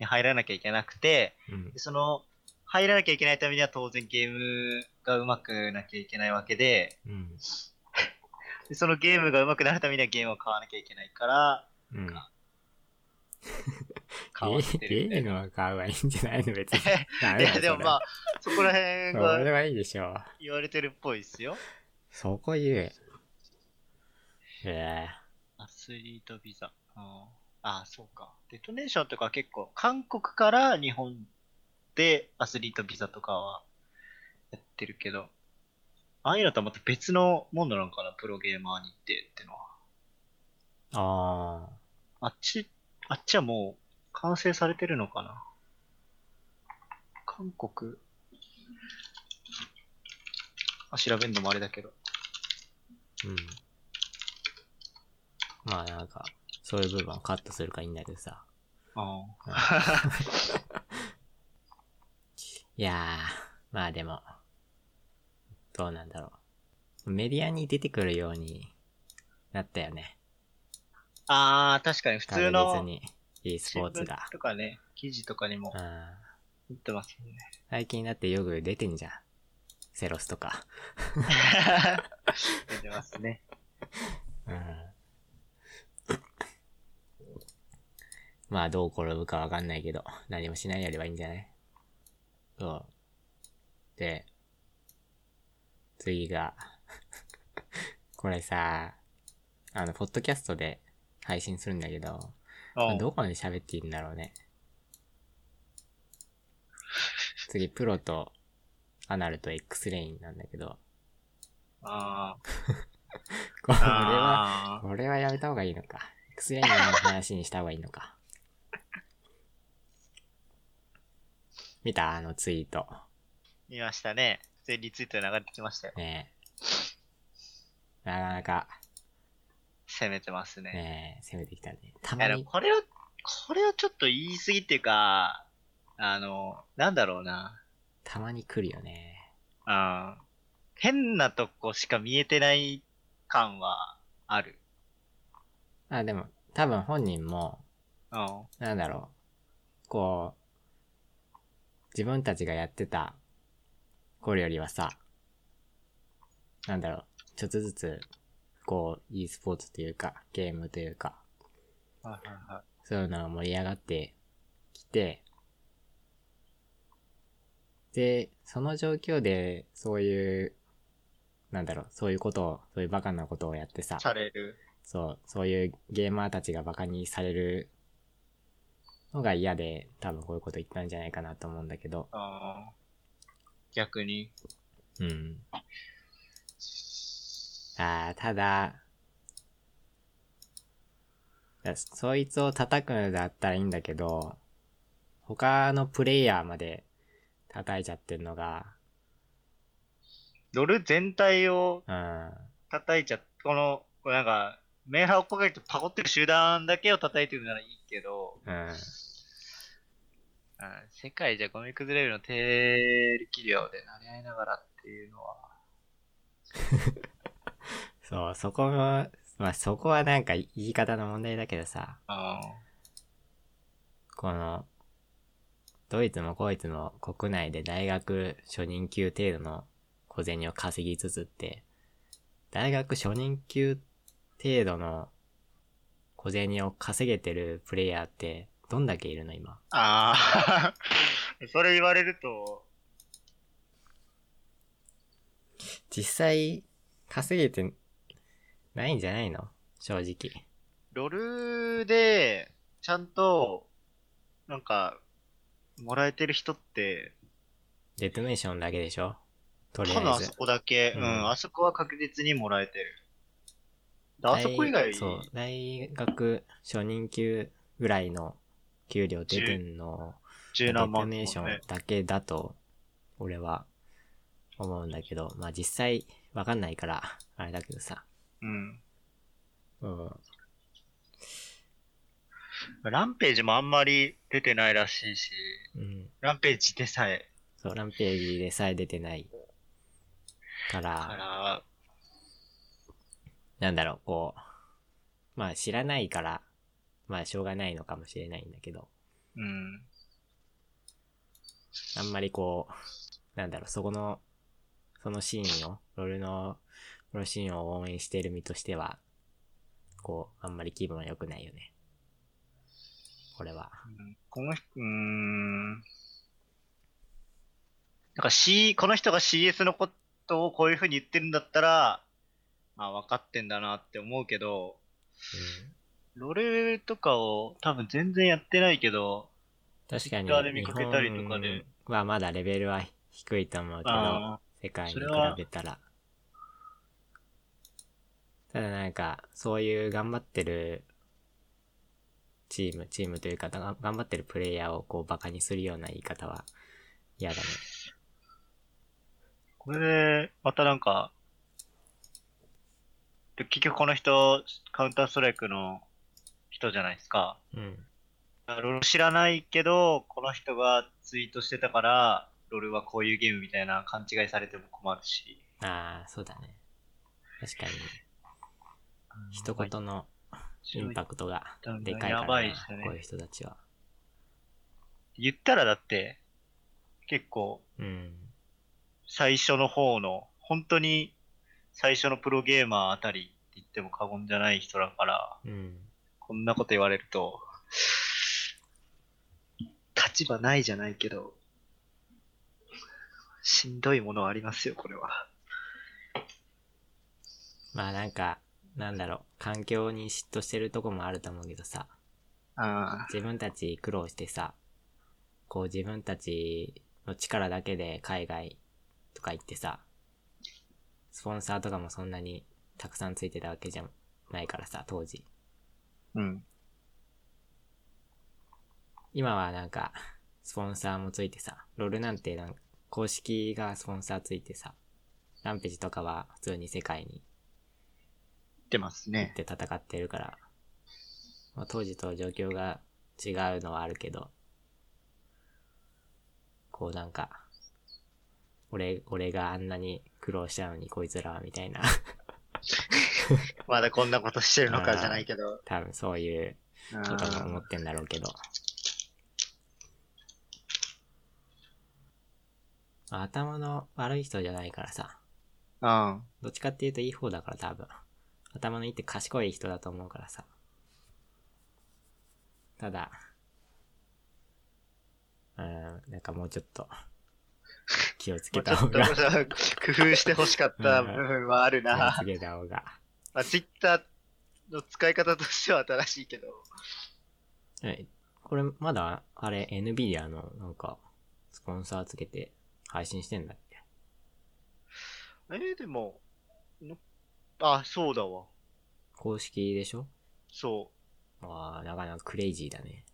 Speaker 2: に入らなきゃいけなくて、
Speaker 1: うん
Speaker 2: で。その入らなきゃいけないためには当然ゲームが上手くなきゃいけないわけで、
Speaker 1: うん。
Speaker 2: でそのゲームが上手くなるためにはゲームを買わなきゃいけないから、
Speaker 1: うん。
Speaker 2: 買わってるん
Speaker 1: ゲ
Speaker 2: だよ
Speaker 1: ー
Speaker 2: ね
Speaker 1: ムは買うはいいんじゃないの別に。
Speaker 2: いや、でもま
Speaker 1: あ、
Speaker 2: あ、そこら辺
Speaker 1: それそれ
Speaker 2: が
Speaker 1: はいいでしょう。
Speaker 2: 言われてるっぽいですよ。
Speaker 1: そこ言え。え
Speaker 2: アスリートビザ。うん、ああ、そうか。デトネーションとか結構、韓国から日本でアスリートビザとかはやってるけど、ああいうのとはまた別のもんなのかな、プロゲーマー認定ってのは。
Speaker 1: えあ
Speaker 2: あっち、あっちはもう完成されてるのかな。韓国。あ調べるのもあれだけど。
Speaker 1: ー。うん。まあなんか、そういう部分はカットするからいいんだけどさ。
Speaker 2: ああ。
Speaker 1: いやー、まあでも、どうなんだろう。メディアに出てくるようになったよね。
Speaker 2: ああ、確かに普通
Speaker 1: 確実
Speaker 2: の
Speaker 1: に e ス
Speaker 2: 新
Speaker 1: ポーツ
Speaker 2: 聞
Speaker 1: が。
Speaker 2: とかね、記事とかにも
Speaker 1: うん。
Speaker 2: 載ってま すもんね。
Speaker 1: 最近だってよく出てんじゃん。セロスとか。
Speaker 2: 出てますね。
Speaker 1: うん。まあどう転ぶかわかんないけど、何もしないよりはいいんじゃないそう。で、次が、 これさ、あの、ポッドキャストで配信するんだけど、
Speaker 2: う ん
Speaker 1: どこまで喋っていいんだろうね。次、プロと、アナルと X レインなんだけど、
Speaker 2: あ
Speaker 1: これ
Speaker 2: ー
Speaker 1: は、
Speaker 2: あー。
Speaker 1: これはやめた方がいいのか。X レインの話にした方がいいのか。見たあのツイート。
Speaker 2: 見ましたね。普通にリツイートで流れてきましたよ。
Speaker 1: ねえ。なかなか、
Speaker 2: 攻めてますね。
Speaker 1: ねえ、攻めてきたね。た
Speaker 2: いや
Speaker 1: ま
Speaker 2: でも
Speaker 1: に、
Speaker 2: これを、これをちょっと言い過ぎっていうか、あの、なんだろうな。
Speaker 1: たまに来るよね。
Speaker 2: うん。変なとこしか見えてない感はある。
Speaker 1: あ、でも、多分本人も、
Speaker 2: うん。
Speaker 1: なんだろう。こう、自分たちがやってた頃よりはさ、なんだろう。ちょっとずつ、こう、e スポーツというか、ゲームというか、
Speaker 2: はいはいはい。
Speaker 1: そういうのが盛り上がってきて、で、その状況で、そういう、なんだろう、そういうことを、そういうバカなことをやってさ、
Speaker 2: される。
Speaker 1: そう、そういうゲーマーたちがバカにされるのが嫌で、多分こういうこと言ったんじゃないかなと思うんだけど、
Speaker 2: うん。逆に。
Speaker 1: うん。ああ、ただ、だそいつを叩くんだったらいいんだけど、他のプレイヤーまで叩いちゃってるのが、
Speaker 2: ドル全体を
Speaker 1: うん、
Speaker 2: 叩いちゃっこの、これなんか、メンハーをかけてパコってる集団だけを叩いてるならいいけど、
Speaker 1: うん、
Speaker 2: うん、世界じゃゴミ崩れるの低力量で慣れ合いながらっていうのは、
Speaker 1: そう、そこも、まあそこはなんか言い方の問題だけどさ、
Speaker 2: あ
Speaker 1: この、ドイツもこいつも国内で大学初任給程度の小銭を稼ぎつつって、大学初任給程度の小銭を稼げてるプレイヤーってどんだけいるの今。
Speaker 2: あー それ言われると、
Speaker 1: 実際稼げてないんじゃないの正直。
Speaker 2: ロルで、ちゃんと、なんか、もらえてる人って、
Speaker 1: デトネーションだけでしょとり
Speaker 2: 多分
Speaker 1: あ
Speaker 2: あ
Speaker 1: えず
Speaker 2: そ。こだけ、うん、
Speaker 1: うん
Speaker 2: あそこは確実にもらえてる。であそこ以外、
Speaker 1: 大そう、大学初任給ぐらいの給料出てんの、
Speaker 2: 十
Speaker 1: デ
Speaker 2: 何
Speaker 1: ト
Speaker 2: 万
Speaker 1: ネーシ
Speaker 2: と
Speaker 1: ョ
Speaker 2: かね
Speaker 1: ンだけだと、俺は思うんだけど、まあ実際わかんないから、あれだけどさ。
Speaker 2: うん。
Speaker 1: うん。
Speaker 2: ランページもあんまり出てないらしいし、
Speaker 1: うん。
Speaker 2: ランページでさえ、
Speaker 1: そう、ランページでさえ出てないから、
Speaker 2: から、
Speaker 1: なんだろう、こう、まあ知らないから、まあしょうがないのかもしれないんだけど、
Speaker 2: うん。
Speaker 1: あんまりこう、なんだろう、そこの、そのシーンを、ロールの、ロールシーンを応援してる身としては、こう、あんまり気分は良くないよね。これは。
Speaker 2: うんこの人、うーん。なんか C、この人が CS のことをこういう風に言ってるんだったら、まあ分かってんだなって思うけど、
Speaker 1: うん
Speaker 2: ロレとかを多分全然やってないけど、
Speaker 1: 確かに、
Speaker 2: Twitter で見かけたりとかで
Speaker 1: 日本はまだレベルは低いと思うけど、
Speaker 2: あ
Speaker 1: 世界に比
Speaker 2: それは
Speaker 1: べたら。ただなんか、そういう頑張ってるチーム、チームというか、が頑張ってるプレイヤーをこうバカにするような言い方は嫌だね。
Speaker 2: ーこれで、またなんか、で結局この人、カウンターストライクの人じゃないですか。
Speaker 1: うん。
Speaker 2: ロル知らないけど、この人がツイートしてたから、ロルはこういうゲームみたいな勘違いされても困るし。
Speaker 1: ああ、そうだね。確かに、一言のインパクトがでかい
Speaker 2: や
Speaker 1: から
Speaker 2: ば
Speaker 1: ね、
Speaker 2: いっすね
Speaker 1: こういう人たちは。
Speaker 2: 言ったらだって、結構、
Speaker 1: うん。
Speaker 2: 最初の方の、本当に最初のプロゲーマーあたりって言っても過言じゃない人だから、
Speaker 1: うん。
Speaker 2: こんなこと言われると、立場ないじゃないけど、しんどいものはありますよ、これは。
Speaker 1: まあなんか、なんだろう、環境に嫉妬してるとこもあると思うけどさ、
Speaker 2: あ
Speaker 1: 自分たち苦労してさ、こう自分たちの力だけで海外とか行ってさ、スポンサーとかもそんなにたくさんついてたわけじゃないからさ、当時。
Speaker 2: あ、うん。
Speaker 1: 今はなんか、スポンサーもついてさ、ロールなんてなんか公式がスポンサーついてさ、ランページとかは普通に世界に
Speaker 2: 出ます
Speaker 1: 行っ
Speaker 2: ね。
Speaker 1: て戦ってるから、まあ、当時と状況が違うのはあるけど、こうなんか、俺、俺があんなに苦労したのにこいつらはみたいな、
Speaker 2: まだこんなことしてるのかじゃないけど。
Speaker 1: 多分そういうことも思ってんだろうけど。まあ頭の悪い人じゃないからさ、
Speaker 2: うん。うん
Speaker 1: どっちかっていうといい方だから多分。頭のいいって賢い人だと思うからさ。ただ、うーん、なんかもうちょっと、気をつ
Speaker 2: も
Speaker 1: け
Speaker 2: うちょ
Speaker 1: た
Speaker 2: っと
Speaker 1: 方が、気を
Speaker 2: 工夫してほしかった部分はあるな。
Speaker 1: つけた方が。
Speaker 2: まあ、ツイッターの使い方としては正しいけど。
Speaker 1: えこれまだ、あれ、NVIDIA のなんか、スポンサーつけて配信してんだっけ
Speaker 2: えー、でも、のあ、そうだわ。
Speaker 1: 公式でしょ
Speaker 2: そ
Speaker 1: ああ、なかなかクレイジーだね。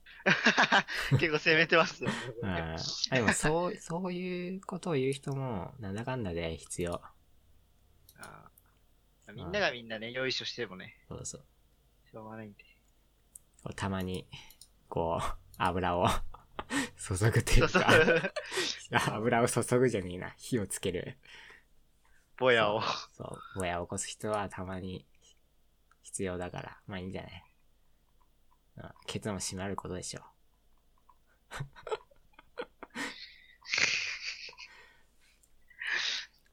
Speaker 2: う。 結構攻めてますよ、ね。
Speaker 1: うん。あでも、そう、そういうことを言う人も、なんだかんだで必要。
Speaker 2: あーみんながみんなね、よいしょしてもね、
Speaker 1: そうそう。
Speaker 2: しょうがない んで。
Speaker 1: たまに、こう、 油を注ぐとい
Speaker 2: そう
Speaker 1: う
Speaker 2: そう
Speaker 1: か、。 油を注ぐじゃねえな、火をつける。
Speaker 2: ぼやを。
Speaker 1: そう、ぼやを起こす人はたまに必要だから、まあいいんじゃない、うん、ケツも締まることでしょう。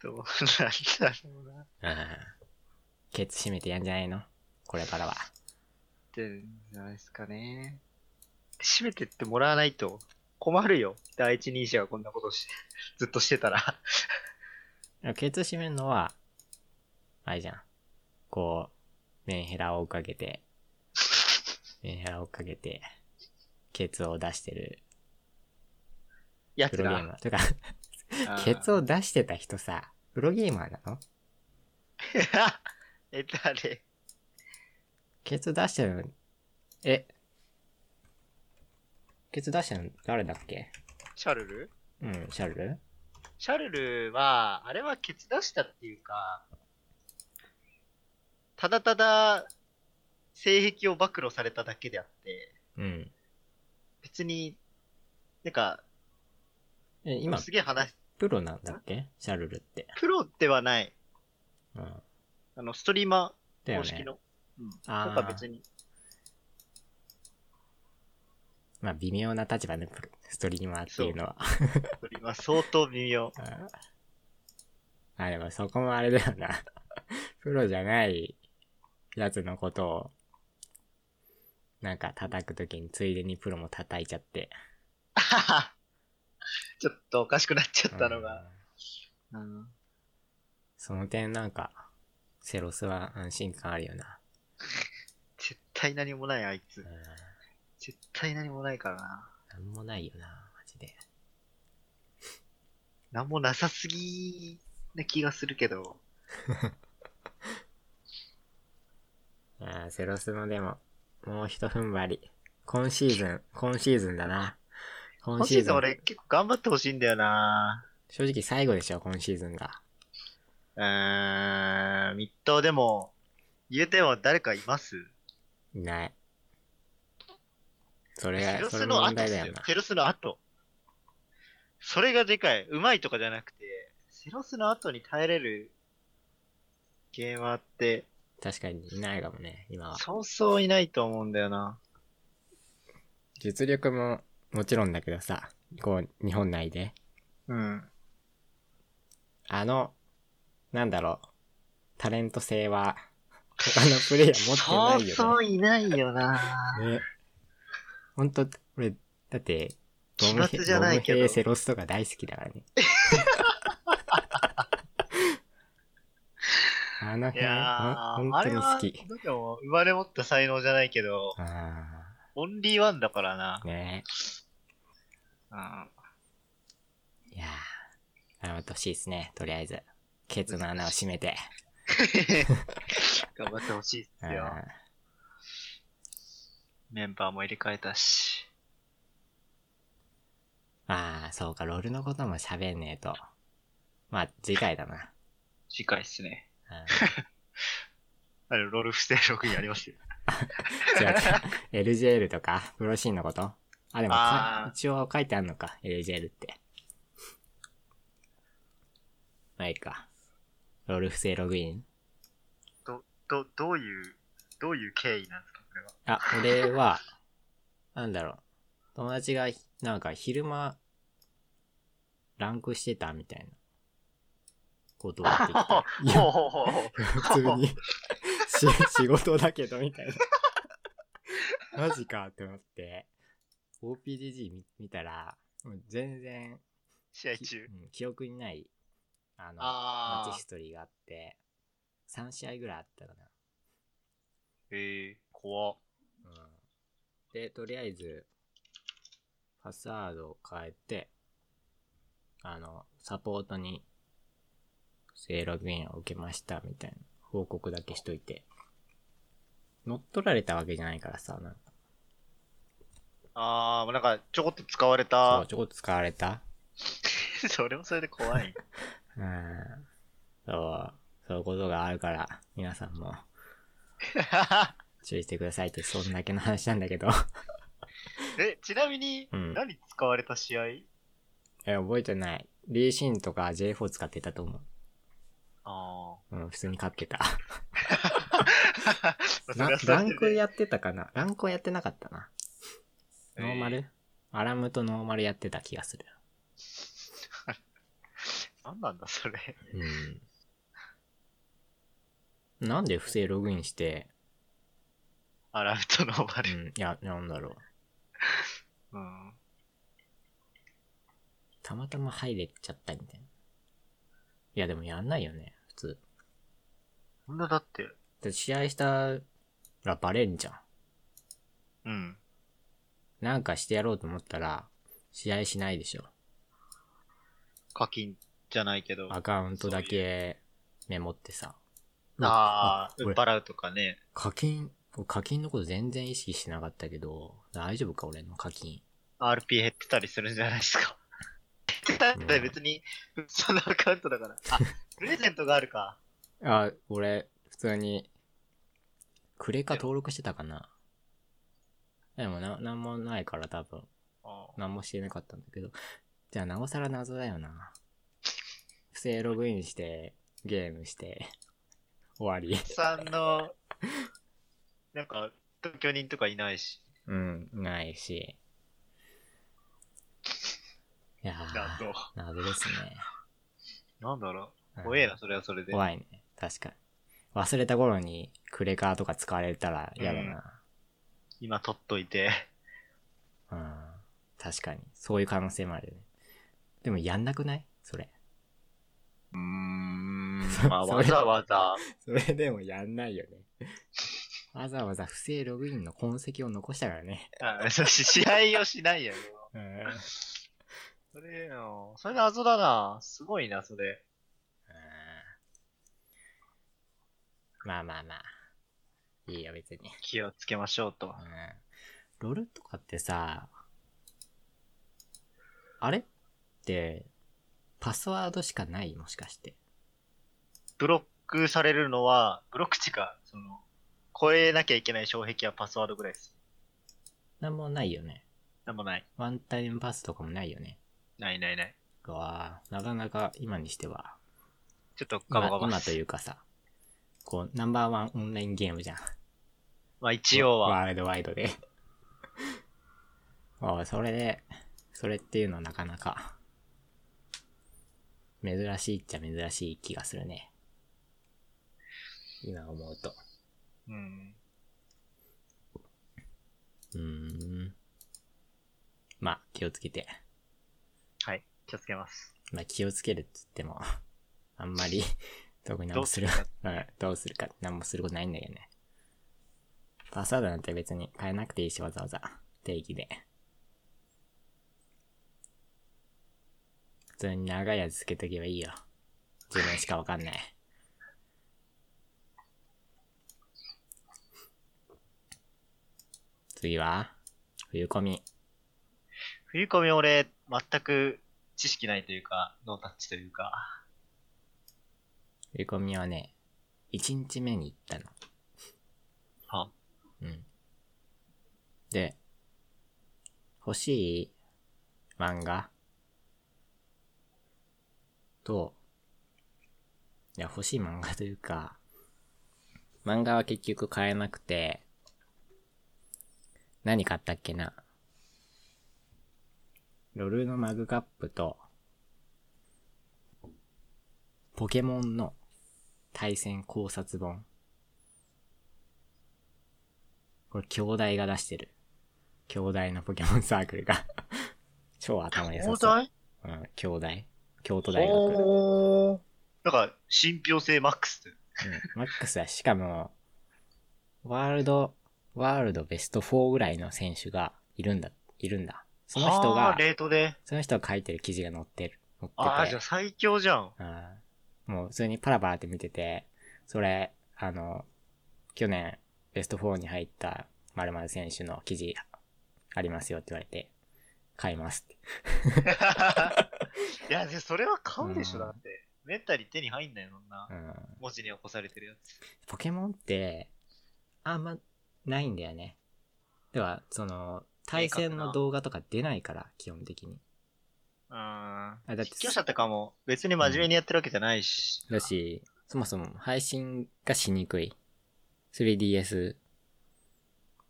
Speaker 2: どうなんだろうな。
Speaker 1: うんケツ締めてやんじゃないのこれからは。
Speaker 2: って、じゃないですかね。閉めてってもらわないと困るよ。第一人者がこんなことして、ずっとして たら。
Speaker 1: ケツ締めるのは、あれじゃん。こう、メンヘラを追っかけて、メンヘラを追っかけて、ケツを出してる
Speaker 2: や
Speaker 1: プ
Speaker 2: つ
Speaker 1: ロゲー
Speaker 2: ら
Speaker 1: マー。とか、
Speaker 2: あー
Speaker 1: ケツを出してた人さ、プロゲーマーなの
Speaker 2: え、誰
Speaker 1: ケツ出してるの、え、ケツ出してるの誰だっけ
Speaker 2: シャルル
Speaker 1: うん、シャルル
Speaker 2: シャルルは、あれは決断したっていうか、ただただ、性癖を暴露されただけであって、
Speaker 1: うん。
Speaker 2: 別に、なんか、
Speaker 1: え、今、
Speaker 2: すげえ話、
Speaker 1: プロなんだっけシャルルって。
Speaker 2: プロではない、
Speaker 1: うん。
Speaker 2: あの、ストリーマ
Speaker 1: だ
Speaker 2: ー
Speaker 1: よ
Speaker 2: 方式
Speaker 1: ね。
Speaker 2: の、うん、と
Speaker 1: あー
Speaker 2: か別に、
Speaker 1: まあ、微妙な立場のプロストリーマーっていうのは。
Speaker 2: ストリーマー相当微妙。
Speaker 1: あー、でもそこもあれだよな。 プロじゃないやつのことを、なんか叩くときについでにプロも叩いちゃって。
Speaker 2: ちょっとおかしくなっちゃったのが。
Speaker 1: うん
Speaker 2: うん
Speaker 1: その点なんか、セロスは安心感あるよな。
Speaker 2: 絶対何もない、あいつ
Speaker 1: うん。。
Speaker 2: 絶対何もないからな。
Speaker 1: なんもないよな、マジで。
Speaker 2: 何もなさすぎな気がするけど。
Speaker 1: あーセロスのでも、もう一踏ん張り。今シーズン、今シーズンだな。今
Speaker 2: 今
Speaker 1: シー
Speaker 2: シー
Speaker 1: ズ
Speaker 2: ズ
Speaker 1: ン。
Speaker 2: ン俺結構頑張ってほしいんだよな。
Speaker 1: 正直最後でしょ、今シーズンが。
Speaker 2: うーん、ミッドでも、言うても誰かいます
Speaker 1: いない。それ
Speaker 2: セ
Speaker 1: が、
Speaker 2: ロ
Speaker 1: そ
Speaker 2: ス
Speaker 1: れ
Speaker 2: の
Speaker 1: 問
Speaker 2: 後っ
Speaker 1: 題
Speaker 2: す
Speaker 1: だ
Speaker 2: よ
Speaker 1: よな。。
Speaker 2: セロスの後。それがでかい。うまいとかじゃなくて、セロスの後に耐えれるゲーマーって、
Speaker 1: 確かにいないかもね、今は。
Speaker 2: そうそういないと思うんだよな。
Speaker 1: 実力ももちろんだけどさ、こう、日本内で。
Speaker 2: うん。
Speaker 1: あの、なんだろう、タレント性は、他のプレイヤー持ってないよね。
Speaker 2: そうそういない よな。
Speaker 1: ね。ほんと、俺、だって、
Speaker 2: 奇抜じゃないけど
Speaker 1: ボムヘイセロスとか大好きだ からね。あの
Speaker 2: い
Speaker 1: 辺、
Speaker 2: や
Speaker 1: ほん
Speaker 2: ー、あ
Speaker 1: 本当
Speaker 2: れ
Speaker 1: に
Speaker 2: は、
Speaker 1: 好
Speaker 2: で
Speaker 1: き。
Speaker 2: も生まれ持った才能じゃないけど、
Speaker 1: あ
Speaker 2: オンリーワンだからな
Speaker 1: ー。ね
Speaker 2: う
Speaker 1: いやー、頑張ってほしいですね、とりあえず。ケツの穴を閉めて。
Speaker 2: ん。 頑張ってほし いっ
Speaker 1: う
Speaker 2: す
Speaker 1: ん
Speaker 2: よ。メンバーも入れ替えたし。
Speaker 1: あー、そうか、ロールのことも喋んねえと。まあ、次回だな。
Speaker 2: 次回っすね。
Speaker 1: うん
Speaker 2: あれ、ロール不正ログにありますよ。
Speaker 1: 違う か LJL とか、プロシーンのことあ、でもか
Speaker 2: あー
Speaker 1: 一応書いてあんのか、LJL って。まあいいか。ロール不正ログイン
Speaker 2: ど、どういう、どういう経緯なんですか、これは。
Speaker 1: あ、俺は、なんだろう。友達が、なんか昼間、ランクしてたみたいな、ことを言ってき た。いや、
Speaker 2: ほうほうほう
Speaker 1: 普通にし、仕事だけど、みたいな。 マジかって思って、OPGG 見見たら、もう全然、
Speaker 2: 試合
Speaker 1: き
Speaker 2: 中
Speaker 1: う。ん記憶にない、あの、マ
Speaker 2: あ
Speaker 1: ッチ
Speaker 2: あ
Speaker 1: ヒ。ストリーがあって、3試合ぐらいあったかな。
Speaker 2: えー、怖っ。
Speaker 1: うんで、とりあえず、パスワードを変えて、あの、サポートに、正ログインを受けました、みたいな報告だけしといて。乗っ取られたわけじゃないからさ、なんか、
Speaker 2: あー、もうなんか、ちょこっと使われ
Speaker 1: そ
Speaker 2: た
Speaker 1: う、。ちょこっと使われた
Speaker 2: それもそれで怖 い。
Speaker 1: うん。そう、そういうことがあるから、皆さんも注意してくださいって、そんだけの話なんだけど。
Speaker 2: え、ちなみに、
Speaker 1: うん
Speaker 2: 何使われた試合
Speaker 1: え、覚えてない。リーシンとか J4 使ってたと思う。
Speaker 2: あ
Speaker 1: うん、普通に勝ってた。
Speaker 2: そ
Speaker 1: ラ
Speaker 2: りゃそう
Speaker 1: ラ
Speaker 2: だよね
Speaker 1: ンクやってたかなランクはやってなかったな。
Speaker 2: えー
Speaker 1: ノーマル、アラムとノーマルやってた気がする。
Speaker 2: 何なんだ、それ。
Speaker 1: うん。なんで不正ログインして、
Speaker 2: アラウトのバ
Speaker 1: う
Speaker 2: ル。
Speaker 1: ん、いや、なんだろう。
Speaker 2: うん。
Speaker 1: たまたま入れちゃったみたいな。いや、でもやんないよね、普通。
Speaker 2: そんなだって、
Speaker 1: で試合したらバレんじゃん。
Speaker 2: うん。
Speaker 1: なんかしてやろうと思ったら、試合しないでしょ。
Speaker 2: 課金じゃないけど。
Speaker 1: アカウントだけメモってさ。
Speaker 2: ああ、
Speaker 1: こ
Speaker 2: 売っ
Speaker 1: れ
Speaker 2: 払うとかね。
Speaker 1: 課金、課金のこと全然意識してなかったけど、大丈夫か俺の課金。
Speaker 2: RP 減ってたりするんじゃないですか。減ってたって別に、そんなアカウントだから。あ、 プレゼントがあるか。
Speaker 1: あ、俺、普通に、クレカ登録してたかな。でもな、なんもないから多分、
Speaker 2: あー
Speaker 1: なんもしてなかったんだけど。じゃあ、なおさら謎だよな。不正ログインして、ゲームして、終わり。
Speaker 2: さんの、なんか、同居人とかいないし。
Speaker 1: うん、ないし。いや
Speaker 2: なん
Speaker 1: ー、
Speaker 2: と
Speaker 1: 謎ですね。
Speaker 2: なんだろ
Speaker 1: う
Speaker 2: う。
Speaker 1: ん
Speaker 2: 怖えな、それはそれで。
Speaker 1: 怖いね。確かに。忘れた頃にクレカとか使われたら嫌だな。
Speaker 2: 今取っといて。
Speaker 1: うん。確かに。そういう可能性もあるよね。でもやんなくないそれ。
Speaker 2: うーん。ま あ、
Speaker 1: それ
Speaker 2: わざわざ。
Speaker 1: それでもやんないよね。 わざわざ不正ログインの痕跡を残したからね。
Speaker 2: あそうし試合をしないよ。
Speaker 1: う
Speaker 2: もう
Speaker 1: ん。
Speaker 2: それよ。それ謎だな。すごいな、それ。
Speaker 1: まあまあまあ。いいよ、別に。
Speaker 2: 気をつけましょうと
Speaker 1: う。ん。ロルとかってさ、あれって、パスワードしかないもしかして。
Speaker 2: ブロックされるのは、ブロック値か、その、超えなきゃいけない障壁はパスワードぐらいです。
Speaker 1: なんもないよね。
Speaker 2: なんもない。
Speaker 1: ワンタイムパスとかもないよね。
Speaker 2: ないないない。
Speaker 1: うわぁなかなか今にしては。
Speaker 2: ちょっとガ
Speaker 1: 今
Speaker 2: バガバ。
Speaker 1: 今というかさ、こう、ナンバーワンオンラインゲームじゃん。
Speaker 2: まあ一応は。
Speaker 1: ワールドワイドで。 ああ、それで、それっていうのはなかなか、珍しいっちゃ珍しい気がするね。今思うと。
Speaker 2: うん。
Speaker 1: うーん。まあ、気をつけて。
Speaker 2: はい。気をつけます。
Speaker 1: まあ、気をつけるって言っても、あんまり、 特に何
Speaker 2: どう
Speaker 1: もす
Speaker 2: す
Speaker 1: る
Speaker 2: るか。
Speaker 1: うん、どうするか、何もすることないんだよね。パスワードなんて別に変えなくていいし、わざわざ。定義で。普通に長いやつつけとけばいいよ。自分しかわかんない。次は冬コミ。
Speaker 2: 冬込み俺、全く知識ないというか、ノータッチというか。
Speaker 1: 冬コミはね、1日目に行ったの。
Speaker 2: は
Speaker 1: うん。で、欲しい漫画と、いや、欲しい漫画というか、漫画は結局買えなくて、何買ったっけな。ロルのマグカップと、ポケモンの対戦考察本。これ、兄弟が出してる。兄弟のポケモンサークルが。 超頭良さそう。
Speaker 2: 兄
Speaker 1: うん、兄弟。京都
Speaker 2: 弟
Speaker 1: 大学。うん、
Speaker 2: おー。なんか、信憑性マックス。
Speaker 1: マックスはしかも、ワールド、ワールドベスト4ぐらいの選手がいるんだ、いるんだ。その人
Speaker 2: あ
Speaker 1: が
Speaker 2: ー、レートで。
Speaker 1: その人が書いてる記事が載ってる。載
Speaker 2: あ
Speaker 1: っ
Speaker 2: あ、
Speaker 1: て
Speaker 2: じ
Speaker 1: て
Speaker 2: ゃあ。最強じゃ ん。
Speaker 1: うん、もう普通にパラパラって見てて、それ、あの、去年ベスト4に入った〇〇選手の記事ありますよって言われて、買いますって。
Speaker 2: いや、でそれは買うでし
Speaker 1: う
Speaker 2: ょ、
Speaker 1: ん
Speaker 2: だって。めったに手に入んないもんな
Speaker 1: う。ん、
Speaker 2: 文字に起こされてるやつ。
Speaker 1: ポケモンって、あんまないんだよね。では、その、対戦の動画とか出ないから、基本的に。
Speaker 2: うーん。
Speaker 1: あだって
Speaker 2: 実況者とかも別に真面目にやってるわけじゃないし。
Speaker 1: だし、そもそも配信がしにくい。 3DS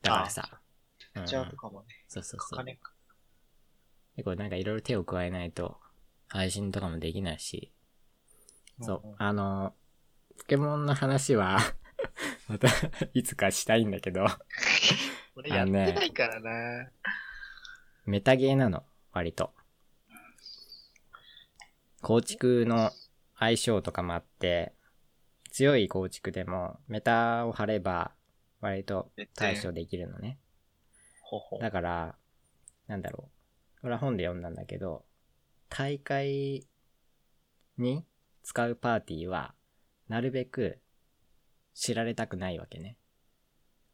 Speaker 1: だからさ。うん
Speaker 2: じゃあとかもね、
Speaker 1: そうそうそう。
Speaker 2: 金か。
Speaker 1: 結構なんかいろいろ手を加えないと、配信とかもできないし。そう
Speaker 2: うんう、ん
Speaker 1: あの、ポケモンの話は、 また、いつかしたいんだけど、
Speaker 2: 俺やってないからな、
Speaker 1: メタゲーなの、割と。構築の相性とかもあって、強い構築でも、メタを張れば、割と対処できるのね。
Speaker 2: ほほ。
Speaker 1: だから、なんだろう。これは本で読んだんだけど、大会に使うパーティーは、なるべく知られたくないわけね。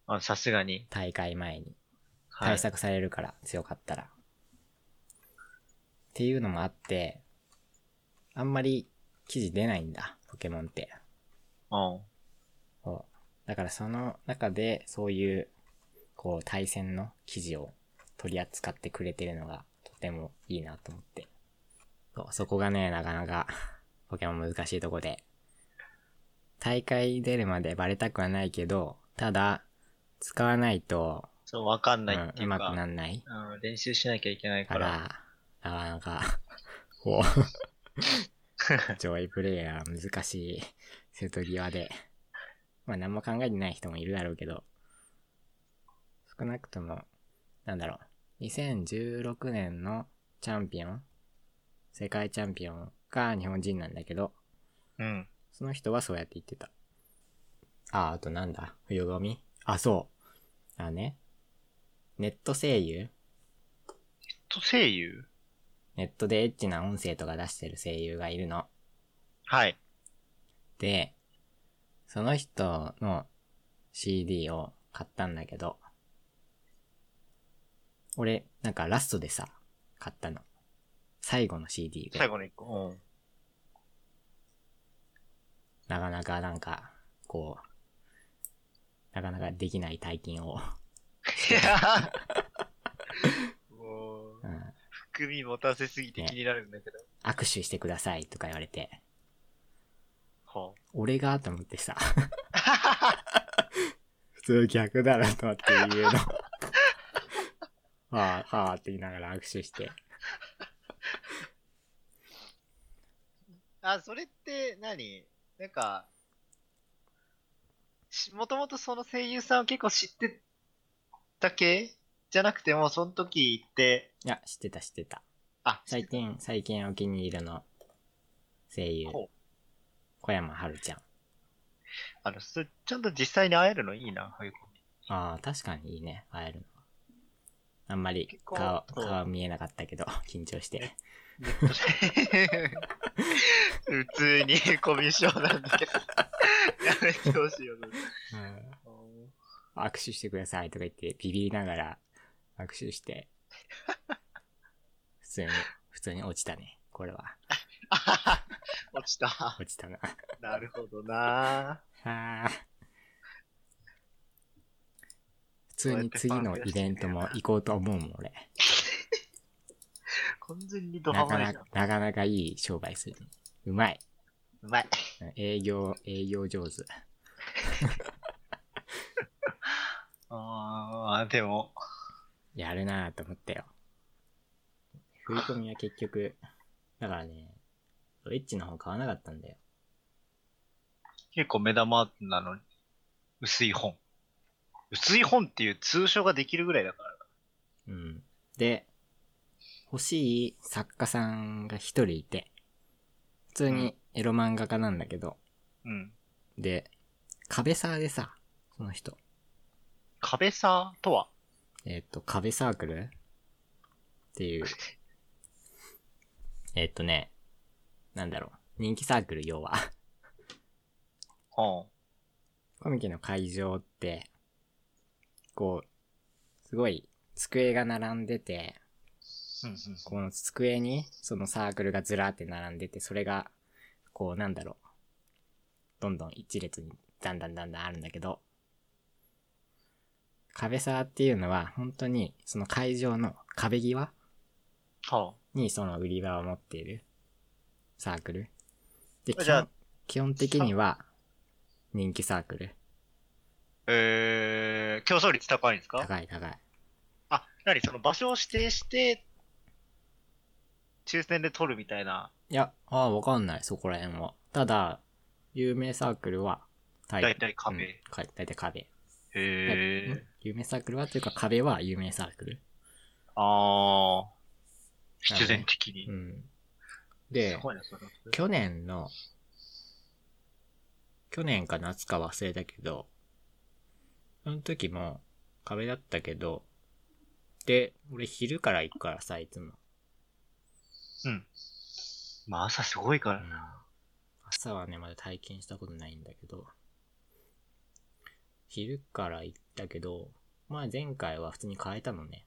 Speaker 2: あ、さすがに。
Speaker 1: 大会前に。
Speaker 2: は
Speaker 1: 対策されるから、強かったら。っていうのもあって、あんまり記事出ないんだ、ポケモンって。
Speaker 2: うん。
Speaker 1: そうだからその中で、そういう、こう、対戦の記事を取り扱ってくれてるのが、とてもいいなと思って。そうそこがね、なかなか、ポケモン難しいとこで。大会出るまでバレたくはないけど、ただ、使わないと、
Speaker 2: そう、わかん
Speaker 1: う
Speaker 2: ないってい
Speaker 1: ん、う
Speaker 2: う
Speaker 1: ま
Speaker 2: か、
Speaker 1: くなんない。
Speaker 2: うん、練習しなきゃいけない
Speaker 1: か
Speaker 2: から。
Speaker 1: ら、なかなか、 こう、上位プレイヤーは難しい瀬戸際で、まあ何も考えてない人もいるだろうけど、少なくとも、なんだろう、2016年のチャンピオン、世界チャンピオンが日本人なんだけど、
Speaker 2: うん。
Speaker 1: その人はそうやって言ってた。あ、あとなんだ冬神あ、そう。あね。ネット声優
Speaker 2: と、声優
Speaker 1: ネットでエッチな音声とか出してる声優がいるの。
Speaker 2: はい。
Speaker 1: で、その人の CD を買ったんだけど、俺、なんかラストでさ、買ったの。最後の CD
Speaker 2: 最
Speaker 1: で。
Speaker 2: 後の一個。うん。
Speaker 1: なかなかなんか、こう、なかなかできない体験を、
Speaker 2: もう
Speaker 1: う、ん、
Speaker 2: 含み持たせすぎて気になるんだけど。
Speaker 1: 握手してくださいとか言われて、
Speaker 2: ほう。
Speaker 1: 俺がと思ってさ。 普通逆だなと思って言うの。はあ、はあって言いながら握手して。
Speaker 2: あ、それって何、なんか、しもともとその声優さんを結構知ってた系じゃなくても、その時行って、
Speaker 1: いや、知ってた知ってた。
Speaker 2: あ、
Speaker 1: 最近、最近お気に入りの声優、
Speaker 2: ほう。
Speaker 1: 小山春ちゃん。
Speaker 2: あの、すちゃんと実際に会えるのいい な、はい。
Speaker 1: ああ、確かにいいね、会えるのは。あんまり
Speaker 2: 結構
Speaker 1: 顔、
Speaker 2: そう
Speaker 1: 顔見えなかったけど、 緊張して。
Speaker 2: 普通にコミュ障なんだけど。やめてほしいよ、ね、
Speaker 1: うん握手してくださいとか言って、ビビりながら握手 して。普通に、普通に落ちたね。これは。
Speaker 2: あはは落ちた。
Speaker 1: 落ち たな。
Speaker 2: なるほどな。
Speaker 1: はあ。普通に次のイベントも行こうと思うもん、俺。
Speaker 2: 完全にド
Speaker 1: な
Speaker 2: ハマ
Speaker 1: か
Speaker 2: り
Speaker 1: な
Speaker 2: じゃん
Speaker 1: か。、なかなかいい商売する。うまい。
Speaker 2: うまい。
Speaker 1: うん営業、営業上手。
Speaker 2: あー、でも、
Speaker 1: やるなぁと思ったよ。振り込みは結局、だからね、エッチの方買わなかったんだよ。
Speaker 2: 結構目玉なのに、薄い本。薄い本っていう通称ができるぐらいだから。
Speaker 1: うん。で、欲しい作家さんが一人いて、普通にエロ漫画家なんだけど、
Speaker 2: うん。
Speaker 1: で、壁沢でさ、その人、
Speaker 2: 壁さとは
Speaker 1: えっ、と、壁サークルっていう。えっとね、なんだろう。人気サークル、要は。
Speaker 2: うん。
Speaker 1: コミケの会場って、こう、すごい机が並んでて、
Speaker 2: うん
Speaker 1: この机にそのサークルがずらーって並んでて、それが、こうなんだろう。どんどん一列にだんだんだんだんあるんだけど、壁沢っていうのは本当にその会場の壁際
Speaker 2: は
Speaker 1: にその売り場を持っているサークル。で、基
Speaker 2: じゃあ
Speaker 1: 本基本的には人気サークル。
Speaker 2: えー、競争率高いんですか
Speaker 1: 高い高い。
Speaker 2: あ、なにその場所を指定して、抽選で取るみたいな。
Speaker 1: いや、ああ、わかんない、そこら辺は。ただ、有名サークルは、大
Speaker 2: 大体壁
Speaker 1: うんか大体壁。
Speaker 2: へ
Speaker 1: うん有名サークルはというか壁は有名サークル。
Speaker 2: あー。
Speaker 1: なるほどね
Speaker 2: 必然的に
Speaker 1: う。ん。
Speaker 2: す
Speaker 1: で、
Speaker 2: ごいな、それ。
Speaker 1: 去年の、去年か夏か忘れたけど、その時も壁だったけど、で、俺昼から行くからさ、いつも。
Speaker 2: うん。まあ朝すごいか
Speaker 1: う
Speaker 2: ら
Speaker 1: ん
Speaker 2: な。
Speaker 1: 朝はね、まだ体験したことないんだけど、昼から行ったけど、まあ前回は普通に変えたのね。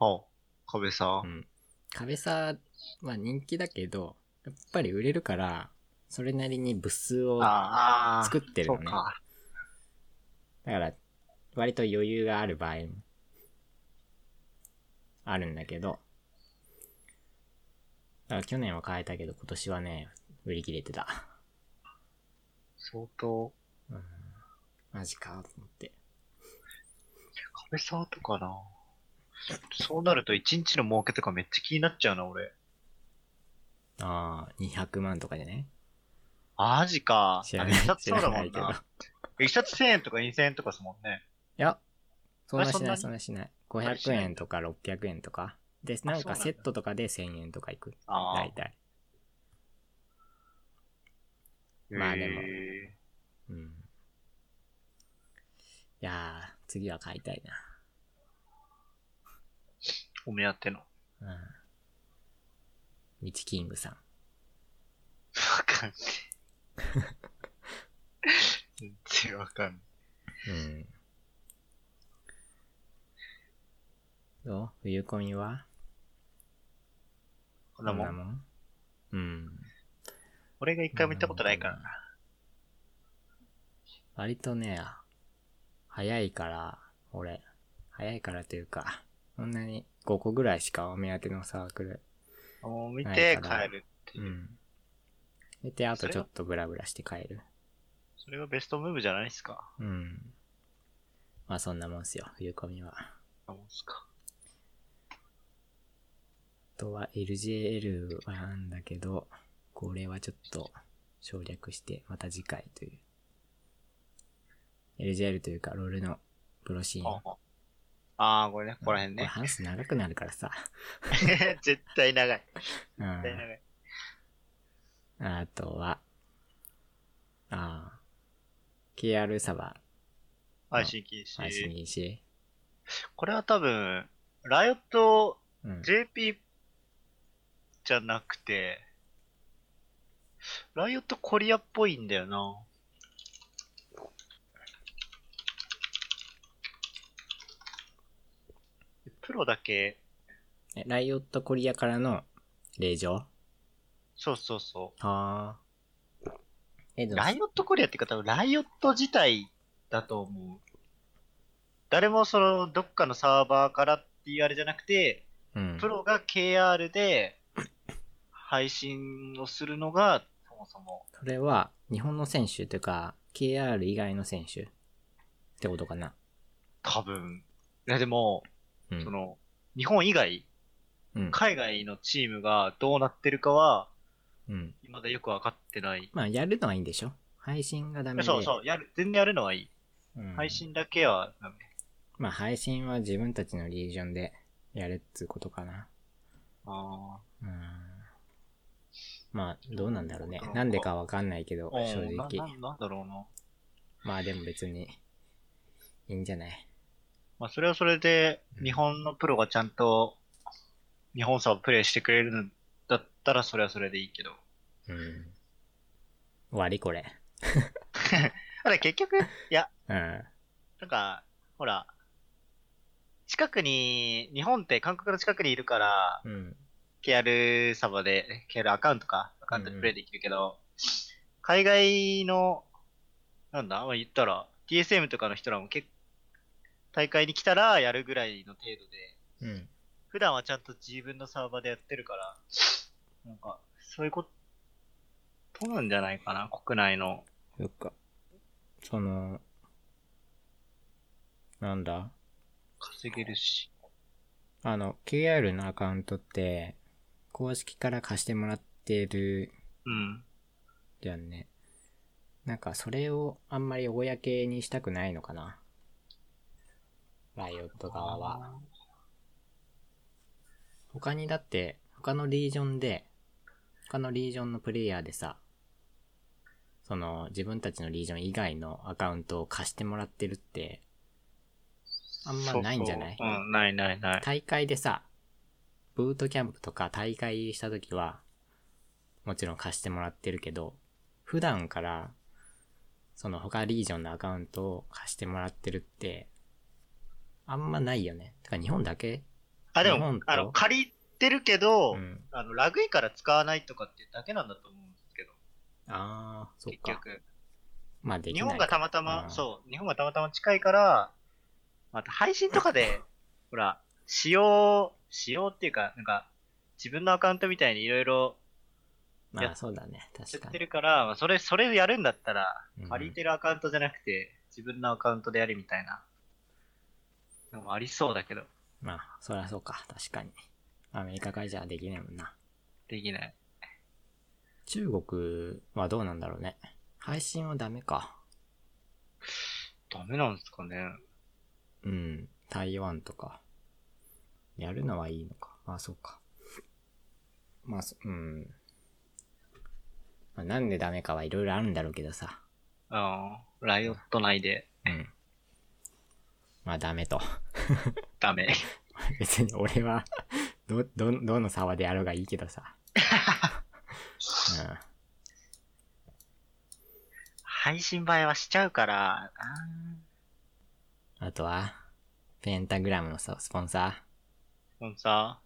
Speaker 2: あ、壁さ
Speaker 1: う。ん。壁さ、まあ人気だけど、やっぱり売れるから、それなりに部数を
Speaker 2: ああ。
Speaker 1: 作ってる
Speaker 2: そ
Speaker 1: の
Speaker 2: う
Speaker 1: ね。
Speaker 2: か。
Speaker 1: だから、割と余裕がある場合も、あるんだけど、だから去年は変えたけど、今年はね、売り切れてた。
Speaker 2: 相当、
Speaker 1: うん、マジか、と思って。
Speaker 2: 壁さとかな。そうなると一日の儲けとかめっちゃ気になっちゃうな、俺。
Speaker 1: ああ、200万とかじゃね
Speaker 2: マジか。
Speaker 1: 知らない
Speaker 2: あ一冊
Speaker 1: 知
Speaker 2: そうだ
Speaker 1: ら
Speaker 2: も
Speaker 1: なんいけど。い
Speaker 2: な。一冊1000円とか2000円とかですもんね。
Speaker 1: や、そんな
Speaker 2: あれ
Speaker 1: しない、そ
Speaker 2: そ
Speaker 1: んなしない。
Speaker 2: あれし
Speaker 1: 500
Speaker 2: ない
Speaker 1: 円とか600円とか。で、なん
Speaker 2: そうな
Speaker 1: か
Speaker 2: んだ
Speaker 1: セットとかで1000円とかいく。
Speaker 2: あー
Speaker 1: 大体。まあでも
Speaker 2: へ
Speaker 1: うん。いやー、次は買いたいな。
Speaker 2: ーお目当ての。わ
Speaker 1: うん。ミチキングさん。
Speaker 2: かんない。全然わかんない。
Speaker 1: うん。どう冬コミは
Speaker 2: こんなも
Speaker 1: こ
Speaker 2: ん。
Speaker 1: んうん。
Speaker 2: 俺が一回も行ったことないからな。
Speaker 1: 割とね、早いから、俺、早いからというか、そんなに5個ぐらいしかお目当てのサークル。
Speaker 2: もう見
Speaker 1: ない
Speaker 2: て
Speaker 1: から
Speaker 2: 帰るって
Speaker 1: う
Speaker 2: いう。
Speaker 1: ん。で、あ
Speaker 2: そ
Speaker 1: と
Speaker 2: れは
Speaker 1: ちょっとブラブラして帰る。
Speaker 2: それがベストムーブじゃないですか。
Speaker 1: うん。まあそんなもんすよ、冬コミは。
Speaker 2: そうですか。
Speaker 1: あとは LJL はなんだけど、これはちょっと省略して、また次回という。LJL というか、ロールのプロシーン。
Speaker 2: あああー、これね、ここら辺
Speaker 1: れ
Speaker 2: ね。
Speaker 1: 話す長くなるからさ。
Speaker 2: 絶対長い。
Speaker 1: う
Speaker 2: 絶対長
Speaker 1: ん。
Speaker 2: い。
Speaker 1: あとは、ああ、KR サバ
Speaker 2: 配信禁
Speaker 1: 配信
Speaker 2: 止。
Speaker 1: 禁止。
Speaker 2: これは多分、ライオット
Speaker 1: うん。
Speaker 2: JP じゃなくて、ライオットコリアっぽいんだよな。プロだけ、
Speaker 1: えライオットコリアからの令状
Speaker 2: そうそうそ
Speaker 1: はあ。え、
Speaker 2: う。
Speaker 1: でも
Speaker 2: ライオットコリアっていうか多分ライオット自体だと思う。誰もその、どっかのサーバーからっていうあれじゃなくて、
Speaker 1: うん
Speaker 2: プロが KR で配信をするのが、そもそも。
Speaker 1: それは、日本の選手というか、KR 以外の選手ってことかな。
Speaker 2: 多分。いや、でも、
Speaker 1: うん。
Speaker 2: その、日本以外、
Speaker 1: うん。
Speaker 2: 海外のチームがどうなってるかは、
Speaker 1: うん。
Speaker 2: 未だよく分かってない。
Speaker 1: まあ、やるのはいいんでしょ配信がダメで。
Speaker 2: そうそう、やる、全然やるのはいい。
Speaker 1: うん
Speaker 2: 配信だけはダメ。
Speaker 1: まあ、配信は自分たちのリージョンでやるっつうことかな。
Speaker 2: あ
Speaker 1: うん。まあ、どうなんだろうね。なんでかわかんないけど、
Speaker 2: あ。
Speaker 1: 正
Speaker 2: うんな
Speaker 1: 直。
Speaker 2: ななんだろうな。
Speaker 1: まあ、でも別に、いいんじゃない
Speaker 2: まあ、それはそれで、
Speaker 1: うん
Speaker 2: 日本のプロがちゃんと、日本差をプレイしてくれるんだったら、それはそれでいいけど。
Speaker 1: うん。終わりこれ。
Speaker 2: ただ結局、いや、
Speaker 1: うん。
Speaker 2: なんか、ほら、近くに、日本って韓国の近くにいるから、
Speaker 1: うん。
Speaker 2: KR サバで、KR アカウントか、アカウント
Speaker 1: うんう
Speaker 2: で
Speaker 1: ん
Speaker 2: プレイできるけど、海外の、なんだ、まあ、言ったら、TSM とかの人らも結大会に来たらやるぐらいの程度で、
Speaker 1: うん。
Speaker 2: 普段はちゃんと自分のサーバーでやってるから、なんか、そういうことなんじゃないかな、国内の。
Speaker 1: そっか。その、なんだ
Speaker 2: 稼げるし。
Speaker 1: あの、KR のアカウントって、公式から貸してもらってる
Speaker 2: うん。
Speaker 1: じゃんね。なんか、それをあんまり公にしたくないのかな。ライオット側は。他にだって、他のリージョンで、他のリージョンのプレイヤーでさ、その、自分たちのリージョン以外のアカウントを貸してもらってるって、あんまないんじゃない
Speaker 2: そうそううん、ないないない。
Speaker 1: 大会でさ、ブートキャンプとか大会した時は、もちろん貸してもらってるけど、普段から、その他リージョンのアカウントを貸してもらってるって、あんまないよね。てか日本だけ
Speaker 2: あ、で
Speaker 1: 日
Speaker 2: も
Speaker 1: 本、と
Speaker 2: あの、借りてるけど、
Speaker 1: うん。
Speaker 2: あの、ラグいから使わないとかってだけなんだと思うんですけど、
Speaker 1: ああ、そっ
Speaker 2: 結
Speaker 1: か。
Speaker 2: 局。
Speaker 1: まあでき
Speaker 2: 日
Speaker 1: ないか。
Speaker 2: 本がたまた
Speaker 1: う
Speaker 2: ま、
Speaker 1: ん
Speaker 2: そう、日本がたまたま近いから、また配信とか で、ほら、使用、使用っていうか、なんか、自分のアカウントみたいにいろいろ
Speaker 1: まあそうだね。
Speaker 2: や
Speaker 1: 確か
Speaker 2: って
Speaker 1: に。
Speaker 2: るから、まあそれ、それやるんだったら、
Speaker 1: うん
Speaker 2: 借りてるアカウントじゃなくて、自分のアカウントでやるみたいな、のもありそうだけど、
Speaker 1: まあ、そりゃそうか。確かに。アメリカ会社はできないもんな。
Speaker 2: できない。
Speaker 1: 中国はどうなんだろうね。配信はダメか。
Speaker 2: ダメなんですかね。
Speaker 1: うん。台湾とか。やるのはいいのか。あ、そうか。まあ、そうん。まあ、なんでダメかはいろいろあるんだろうけどさ。
Speaker 2: うん、ライオット内で
Speaker 1: うん。まあ、ダメと。
Speaker 2: ダメ。
Speaker 1: 別に俺は ど、ど、どの沢でやろうがいいけど さ。
Speaker 2: 配信映えはしちゃうから、あ
Speaker 1: うん。あとは、ペンタグラムのさスポンサ
Speaker 2: ーもうさ、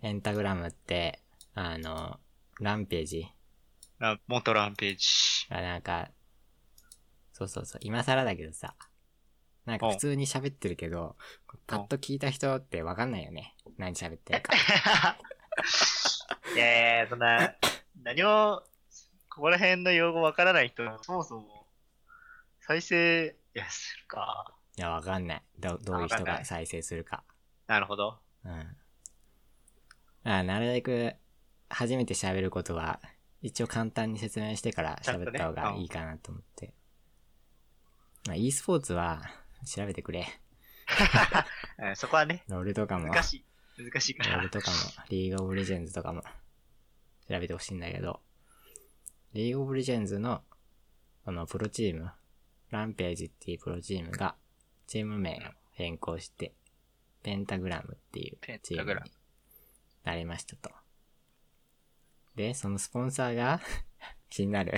Speaker 1: ー。ペンタグラムって、あの、ランページ。
Speaker 2: あ元ランページ。
Speaker 1: あ、なんか、そうそうそう、今更だけどさ、なんか
Speaker 2: うん
Speaker 1: 普通に喋ってるけど、パッと聞いた人ってわかんないよね。何喋ってる か。
Speaker 2: いやいや、そんな、何も、ここら辺の用語わからない人、そもそも、再生、いや、するか。
Speaker 1: いや、わかんない。ど、どういう
Speaker 2: わか
Speaker 1: 人
Speaker 2: んない
Speaker 1: が再生するか。
Speaker 2: なるほど。
Speaker 1: うん。あなるべく、初めて喋ることは、一応簡単に説明してから
Speaker 2: ちゃん
Speaker 1: 喋
Speaker 2: と
Speaker 1: っ
Speaker 2: ね
Speaker 1: た方がいいかなと思って。まあ、e スポーツは、調べてくれ。
Speaker 2: うんそこはね、
Speaker 1: ロールとかも。
Speaker 2: 難しい。難しいか
Speaker 1: ラ
Speaker 2: ら
Speaker 1: ブ。とかも、リーグオブレジェンズとかも、調べてほしいんだけど、リーグオブレジェンズの、このプロチーム、ランページっていうプロチームが、チーム名を変更して、ペンタグラムっていうチ
Speaker 2: ペン
Speaker 1: ーム
Speaker 2: タ
Speaker 1: に
Speaker 2: グラム
Speaker 1: なりましたと。で、そのスポンサーが、 気になる。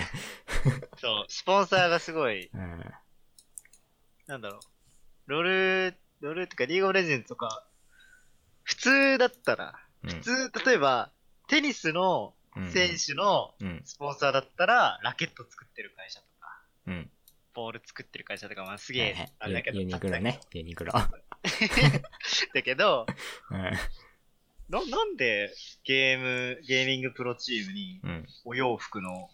Speaker 2: そう、スポンサーがすごい、
Speaker 1: うん。
Speaker 2: なんだろう。ロール、ロールとか、リーグオブレジェンズとか、普通だったら、
Speaker 1: うん
Speaker 2: 普通、例えば、テニスの
Speaker 1: うん。
Speaker 2: 選手の
Speaker 1: うん。
Speaker 2: スポンサーだったら、ラケット作ってる会社とか、
Speaker 1: うん。
Speaker 2: ボール作ってる会社とか、まあすげ
Speaker 1: はい
Speaker 2: え
Speaker 1: はい、
Speaker 2: あれだけど、
Speaker 1: ユユニクロね。ユニクロ。
Speaker 2: だけど、
Speaker 1: うん。
Speaker 2: な、なんでゲーム、ゲーミングプロチームに
Speaker 1: うん。
Speaker 2: お洋服の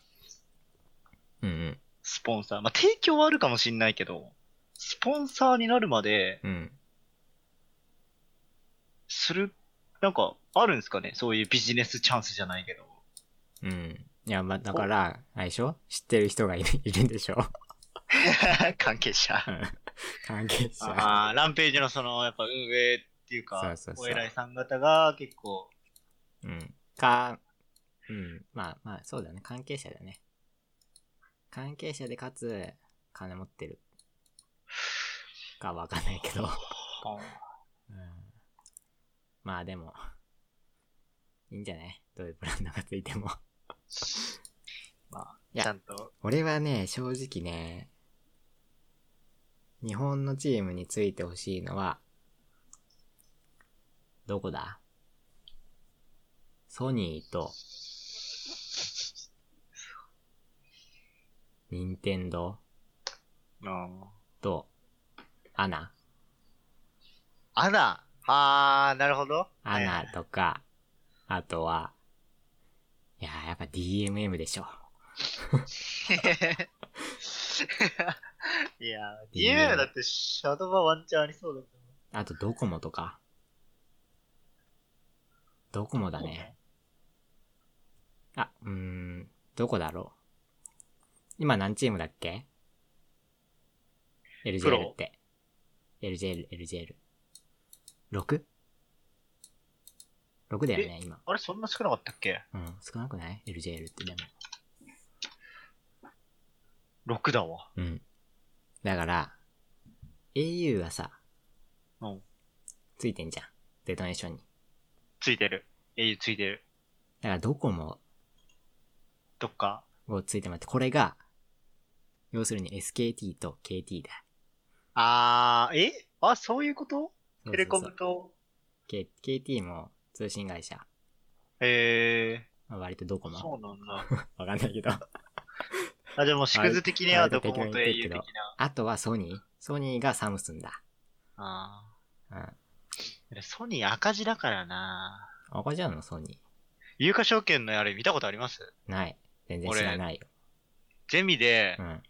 Speaker 1: うん。
Speaker 2: スポンサー、まあ提供はあるかもしんないけど、スポンサーになるまで
Speaker 1: うん。
Speaker 2: する、なんか、あるんですかねそういうビジネスチャンスじゃないけど。
Speaker 1: う ん。いや、まあ、だから、あれでしょ知ってる人がいるいるんでしょ
Speaker 2: 関係者。
Speaker 1: うん関係者。
Speaker 2: ああ、ランページのその、やっぱ運営っていうか、
Speaker 1: そうそうそう
Speaker 2: お偉いさん方が結構、
Speaker 1: うん。か、うん。まあまあ、そうだね。関係者だね。関係者でかつ、金持ってる。かわかんないけど。うん、まあでも、いいんじゃないどういうブランドがついても。
Speaker 2: まあ、
Speaker 1: いや
Speaker 2: ちゃんと、
Speaker 1: 俺はね、正直ね、日本のチームについてほしいのは、どこだソニーと、ニンテンド
Speaker 2: うん
Speaker 1: ーと、アナ、
Speaker 2: アナあー、なるほど。
Speaker 1: ア
Speaker 2: はいは
Speaker 1: ナ
Speaker 2: い
Speaker 1: とか、あとは、いやーやっぱ DMM でしょ。
Speaker 2: い やー、DMM だってシャドウバワンチャンありそうだけど。
Speaker 1: あとドコモとか。ドコモだね。あ、うーん、どこだろう。今何チームだっけ
Speaker 2: プ
Speaker 1: ?LJL
Speaker 2: ロ
Speaker 1: って。LJL、LJL。6?6 だよね、今。
Speaker 2: あれ、そんな少なかったっけ
Speaker 1: うん、少なくない ?LJL ってでも。
Speaker 2: ?6 だわ。
Speaker 1: うん。だから、au はさ、
Speaker 2: うん。
Speaker 1: ついてんじゃん。デトネーションに。
Speaker 2: ついてる。au ついてる。
Speaker 1: だからドコモ
Speaker 2: どっか。
Speaker 1: をついてもらって、これが、要するに SKT と KT だ。
Speaker 2: あー、えあ、そういうこと
Speaker 1: そうそうそう
Speaker 2: テレコムと、
Speaker 1: K- KT も通信会社。
Speaker 2: え
Speaker 1: まあ割とドコ
Speaker 2: ー、
Speaker 1: モ。
Speaker 2: そうなんだ。
Speaker 1: わかんないけど。
Speaker 2: あ、じゃあもう縮図的に
Speaker 1: あ
Speaker 2: は
Speaker 1: れ
Speaker 2: ドコモと au 的
Speaker 1: あれ
Speaker 2: な
Speaker 1: だ。あとはソニー。ソニーがサムスンだ。
Speaker 2: あ
Speaker 1: うん。
Speaker 2: ー。ソニー赤字だからな
Speaker 1: 赤字なのソニ
Speaker 2: 有価証券のあれ見たことあります
Speaker 1: ー。ない。全然知らないよ。
Speaker 2: ゼミで
Speaker 1: う、ん。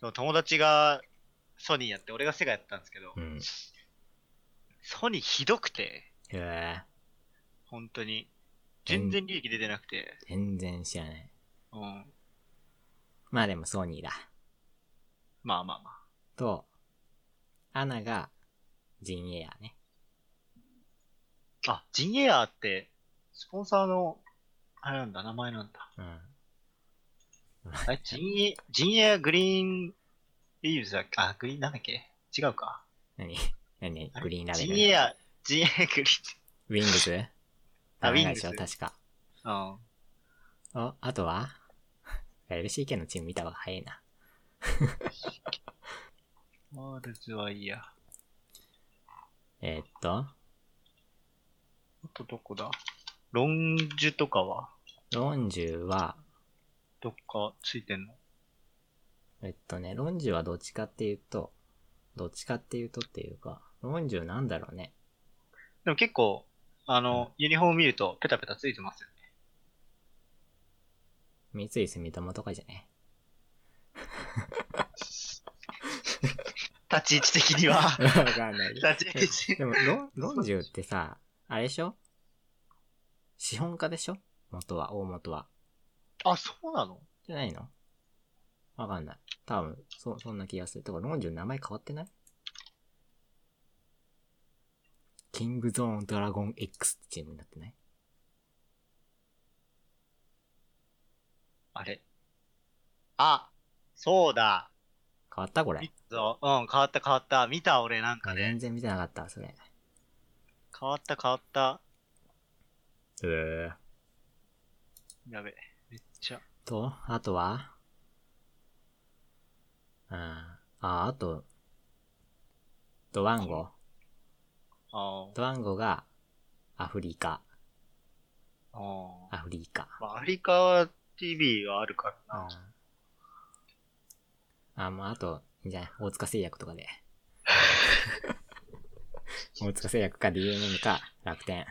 Speaker 2: その友達がソニーやって、俺がセガやったんですけど、
Speaker 1: うん。
Speaker 2: ソニーひどくて、
Speaker 1: へえ。
Speaker 2: 本当に。全然利益出てなくて。
Speaker 1: 全然知らない。
Speaker 2: うん。
Speaker 1: まあでもソニーだ。
Speaker 2: まあまあまあ。
Speaker 1: と、アナが陣営やね。
Speaker 2: あ、ジンエアーって、スポンサーの、あれなんだ、名前なんだ。
Speaker 1: うん。
Speaker 2: あれ、ジンエ、ジンエアグリーンリーブズだっけあ、グリーンなんだっけ違うか。
Speaker 1: 何何
Speaker 2: あれ
Speaker 1: グリーンラベ
Speaker 2: ジ
Speaker 1: ル。
Speaker 2: ンエア、ジンエアグリーン。
Speaker 1: ウィングズ
Speaker 2: あ
Speaker 1: あ、ウィング
Speaker 2: ウィング
Speaker 1: 確か。
Speaker 2: うん。
Speaker 1: あ、あとは ?LCK のチーム見た方が早いな。
Speaker 2: ワールズはいいや。あ
Speaker 1: えーっと、
Speaker 2: とどこだロンジュとかは
Speaker 1: ロンジュは、
Speaker 2: どっかついてんの
Speaker 1: えっとね、ロンジュはどっちかっていうと、どっちかっていうとっていうか、ロンジュなんだろうね。
Speaker 2: でも結構、あの、ユニフォーム見るとペタペタついてますよね。
Speaker 1: 三井住友とかじゃね。
Speaker 2: 立ち位置的には。
Speaker 1: わかんないけど。
Speaker 2: 立ち位置。
Speaker 1: でもロ、ロンジュってさ、あれでしょ資本家でしょ元は、大元は。
Speaker 2: あ、そうなの
Speaker 1: じゃないのわかんない。多分、そ、そんな気がする。とか、ロンジュの名前変わってないキングゾーンドラゴン X ってチームになってない
Speaker 2: あれあ、そうだ。
Speaker 1: 変わったこれ
Speaker 2: 見。たぞうん、変わった変わった。見た俺なんかね
Speaker 1: 全。然見てなかった、それ。
Speaker 2: 変わった変わった。
Speaker 1: えー、
Speaker 2: やべ。めっちゃ。
Speaker 1: と、あとはうん。あ、あと、ドワンゴ。
Speaker 2: あー
Speaker 1: ドワンゴが、アフリカ。
Speaker 2: あー。
Speaker 1: アフリカ。
Speaker 2: まあ、アフリカ TV があるからな。
Speaker 1: うん。あ、もうあと、いいんじゃない大塚製薬とか で。大塚製薬か DMM か楽天。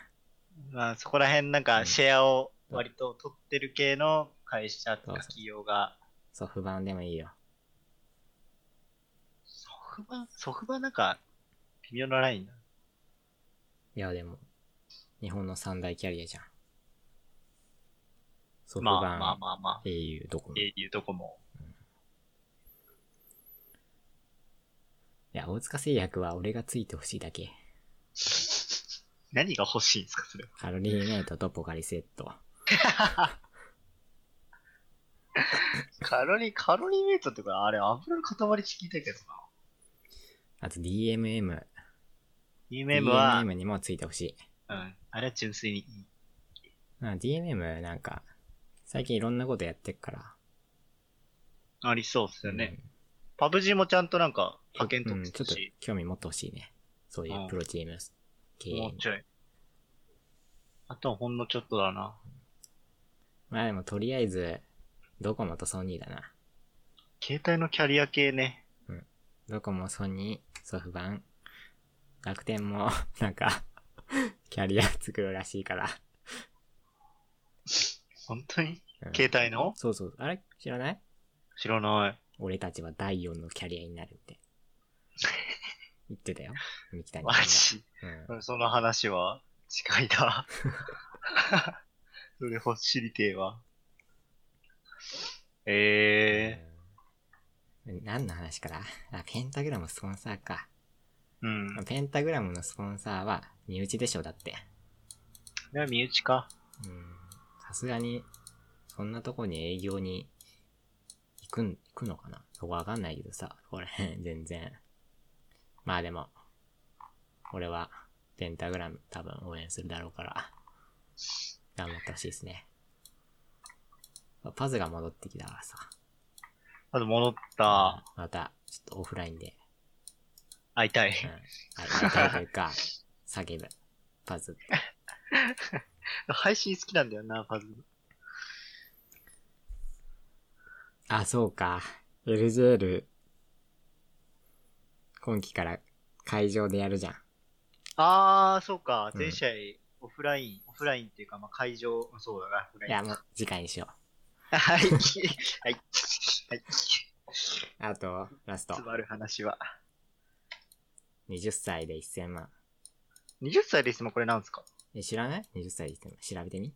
Speaker 2: まあ、そこら辺なんかシェアを割と取ってる系の会社と
Speaker 1: そう
Speaker 2: か
Speaker 1: そう
Speaker 2: 企業が。
Speaker 1: ソフ版でもいいよ。
Speaker 2: ソフバ、ソフバなんか微妙なラインだ。
Speaker 1: いや、でも、日本の三大キャリアじゃん。ソフ
Speaker 2: ま
Speaker 1: 版、
Speaker 2: あまあまあまあ。
Speaker 1: au、ドコモ。
Speaker 2: え
Speaker 1: い
Speaker 2: いうとこも。
Speaker 1: や、大塚製薬は俺がついてほしいだけ。
Speaker 2: 何が欲しいんですか、それは。
Speaker 1: カロリーメイトとポカリセット。
Speaker 2: カロリー、カロリーメイトってか、あれ油の塊って聞いたけどな。
Speaker 1: あと DMM。
Speaker 2: DMM は、
Speaker 1: DMM にもついてほしい。
Speaker 2: うん、あれは純粋にいい。
Speaker 1: まあ DMM なんか、最近いろんなことやってっから。
Speaker 2: ありそうっすよ
Speaker 1: う
Speaker 2: ね
Speaker 1: ん。
Speaker 2: パブ G もちゃんとなんか、派遣取
Speaker 1: う
Speaker 2: っ
Speaker 1: ん
Speaker 2: て
Speaker 1: ちょ
Speaker 2: た
Speaker 1: っと
Speaker 2: し、
Speaker 1: 興味持ってほしいね。そういうプロチーム経営
Speaker 2: もう
Speaker 1: に。
Speaker 2: ちょい。あとはほんのちょっとだな。
Speaker 1: まあでもとりあえず、ドコモとソニーだな。
Speaker 2: 携帯のキャリア系ね。
Speaker 1: ドコモ、ソニー、ソフバン、楽天も、 なんか、キャリア作るらしいから。
Speaker 2: 本当に
Speaker 1: うん
Speaker 2: 携帯の
Speaker 1: そうそう。あれ知らない
Speaker 2: 知らない。
Speaker 1: 俺たちは第4のキャリアになるっ て。言ってたよ。三木谷
Speaker 2: マ
Speaker 1: さ
Speaker 2: ジ。
Speaker 1: んが。
Speaker 2: うんその話は、近い な。それ欲しりてえわ。ええ
Speaker 1: うん。何の話からあ、ペンタグラムスポンサーか。
Speaker 2: ー。うん。
Speaker 1: ペンタグラムのスポンサーは身内でしょ、だって。
Speaker 2: では身内か。
Speaker 1: うんさすがに、そんなとこに営業に行くん、行くのかなそこわかんないけどさ、これ、 全然。まあでも、俺は、ペンタグラム多分応援するだろうから、頑張ってほしいですね。パズが戻ってきたからさ。
Speaker 2: あと戻った。
Speaker 1: また、ちょっとオフラインで、
Speaker 2: 会いたい
Speaker 1: うん。。はい、歌うというか、叫ぶ。パズ。
Speaker 2: 配信好きなんだよな、パズル。
Speaker 1: あ、そうか。LJL、今期から会場でやるじゃん。
Speaker 2: あー、そうか。
Speaker 1: うん
Speaker 2: 全試合、オフライン、オフラインっていうか、まあ、会場、そうだな、オフライ
Speaker 1: いや、
Speaker 2: ン。
Speaker 1: もう次回にしよ
Speaker 2: はい。はい。はい。
Speaker 1: う。あと、ラスト
Speaker 2: つ。まる話は。
Speaker 1: 20歳で1000万。
Speaker 2: 20歳ですもん、これなんですか
Speaker 1: え、知らない ?20 歳で1000万。調べてみ。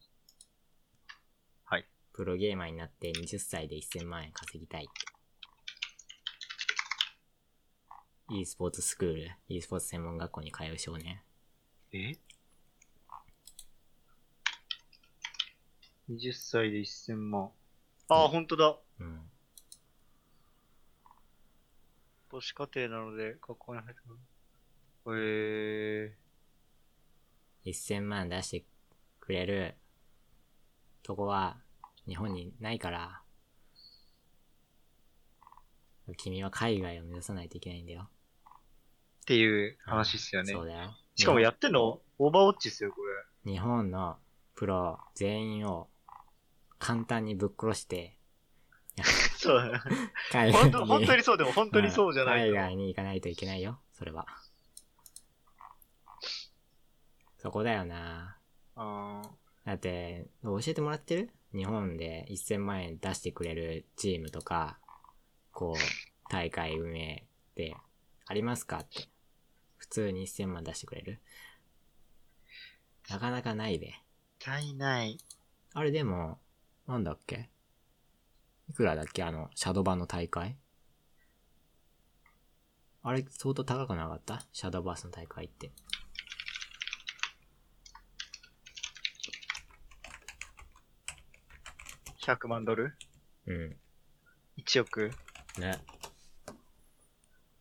Speaker 2: はい。
Speaker 1: プロゲーマーになって20歳で1000万円稼ぎたい。e スポーツスクール、e スポーツ専門学校に通う少年。
Speaker 2: え ?20 歳で1000万。ああ、ほんとだ。
Speaker 1: うん。
Speaker 2: 都市家庭なので、学校に入ってくる。え
Speaker 1: 1000万出してくれるとこは日本にないから、君は海外を目指さないといけないんだよ。
Speaker 2: ー、っていう話っすよね。
Speaker 1: そうだよ。
Speaker 2: しかもやってんのオーバーウォッチっすよ、これ。
Speaker 1: 日本のプロ全員を簡単にぶっ殺して、
Speaker 2: そうだね。
Speaker 1: 海
Speaker 2: 本当、本当にそう、でも本当にそうじゃない
Speaker 1: うん
Speaker 2: と。
Speaker 1: 海外に行かないといけないよ、それは。そこだよな
Speaker 2: あー
Speaker 1: だって、教えてもらってる日本で1000万円出してくれるチームとか、こう、大会運営ってありますかって。普通に1000万出してくれるなかなかないで。
Speaker 2: 絶対ない。
Speaker 1: あれでも、なんだっけいくらだっけあの、シャドバの大会あれ、相当高くなかったシャドバースの大会って。
Speaker 2: 100万ドル
Speaker 1: うん。
Speaker 2: ?1 億
Speaker 1: ね。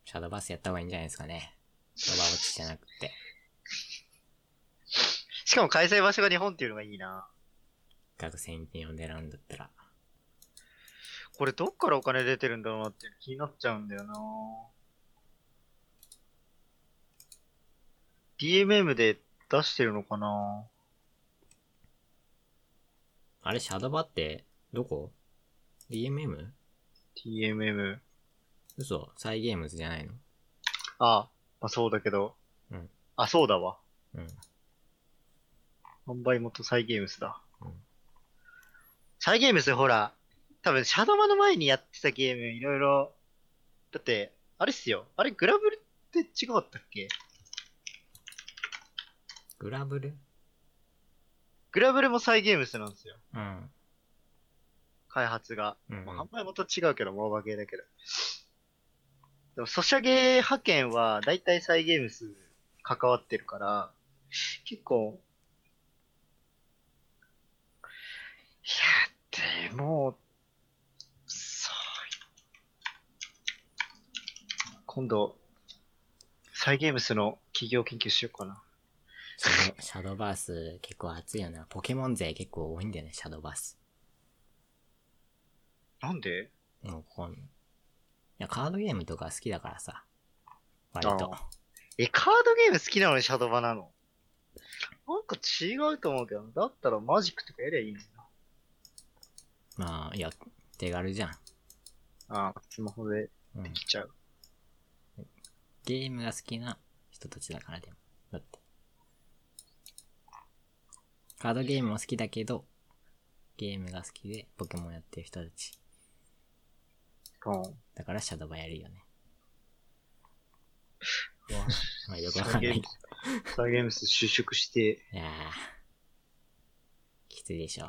Speaker 1: シャドーバースやった方がいいんじゃないですかね。シャドーバーウォッチじゃなくて。
Speaker 2: しかも開催場所が日本っていうのがいいな。
Speaker 1: 学生金を狙うんだったら。
Speaker 2: これどっからお金出てるんだろうなっていうの気になっちゃうんだよな DMM で出してるのかな
Speaker 1: あれ、シャドバって、どこ ?DMM?
Speaker 2: ?TMM。
Speaker 1: 嘘サイゲームズじゃないの
Speaker 2: あまあそうだけど。
Speaker 1: うん
Speaker 2: あ、そうだわ。
Speaker 1: うん。
Speaker 2: 販売元サイゲームスだ。
Speaker 1: うん
Speaker 2: サイゲームスほら、多分シャドマの前にやってたゲームいろいろ、だって、あれっすよ。あれグラブルって違かったっけ
Speaker 1: グラブル
Speaker 2: グラブルもサイゲームスなんですよ。
Speaker 1: うん。
Speaker 2: 開発が。
Speaker 1: うん
Speaker 2: まあ、販売元違うけど、モーバー系だけど。でも、ソシャゲ派遣は、だいたいサイゲームス関わってるから、結構、いや、でも、そう。今度、サイゲームスの企業研究しようかな。
Speaker 1: シャドシャドバース結構熱いよな。ポケモン勢結構多いんだよね、シャドバース。
Speaker 2: なんで
Speaker 1: もうここに。いや、カードゲームとか好きだからさ。割と。
Speaker 2: え、カードゲーム好きなのにシャドバなのなんか違うと思うけどな、だったらマジックとかやりゃいいんだ。
Speaker 1: まあ、いや、手軽じゃん。
Speaker 2: ああ、スマホで
Speaker 1: うん
Speaker 2: で。きちゃう。
Speaker 1: ゲームが好きな人たちだからでも。だって。カードゲームも好きだけど、ゲームが好きでポケモンやってる人たち。
Speaker 2: うん。
Speaker 1: だからシャドバやるよね。まあよくわかんないけど。
Speaker 2: サイゲームス就職して、
Speaker 1: いやーきついでしょ。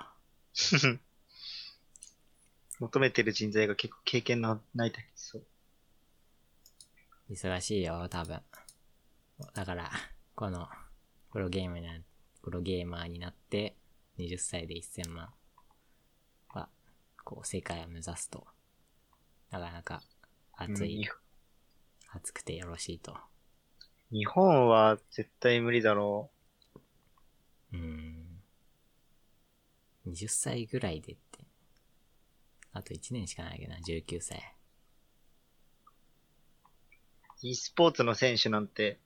Speaker 2: 求めてる人材が結構経験のないだけそう。
Speaker 1: 忙しいよ、多分。だから、この、プロゲームな、プロゲーマーになって、20歳で1000万は、こう、世界を目指すと、なかなか熱い、熱くてよろしいと。
Speaker 2: うん日本は絶対無理だろ
Speaker 1: うーん。20歳ぐらいでって。あと1年しかないけどな、19歳。
Speaker 2: う。e スポーツの選手なんて、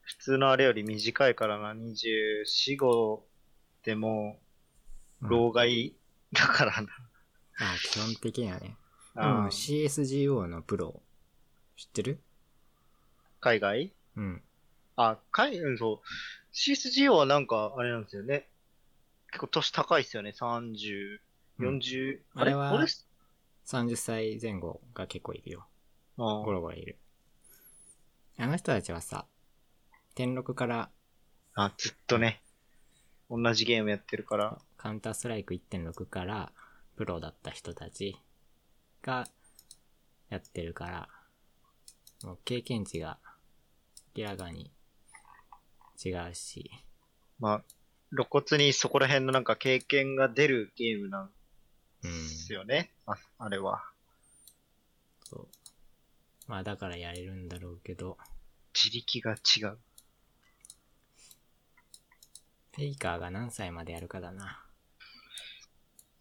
Speaker 2: 普通のあれより短いからな、24、5でも、
Speaker 1: うん
Speaker 2: 老害だから
Speaker 1: あ、基本的にはね。で
Speaker 2: な。
Speaker 1: も
Speaker 2: うん
Speaker 1: CSGO のプロ、知ってる
Speaker 2: 海外
Speaker 1: うん。
Speaker 2: あ、海、うん、そう。CSGO はなんか、あれなんですよね。結構年高いですよね。30、
Speaker 1: うん
Speaker 2: 40。
Speaker 1: あれは
Speaker 2: 俺
Speaker 1: 30歳前後が結構いるよ。
Speaker 2: あ
Speaker 1: ゴロゴロいる。あの人たちはさ、天禄から
Speaker 2: あ、ずっとね、同じゲームやってるから。
Speaker 1: カウンターストライク1.6からプロだった人たちがやってるから、もう経験値が明らかに違うし、
Speaker 2: まあ、露骨にそこら辺のなんか経験が出るゲームなん
Speaker 1: うん。
Speaker 2: ですよね。ああれは。
Speaker 1: そう。まあだからやれるんだろうけど、
Speaker 2: 自力が違う。
Speaker 1: フェイカーが何歳までやるかだな。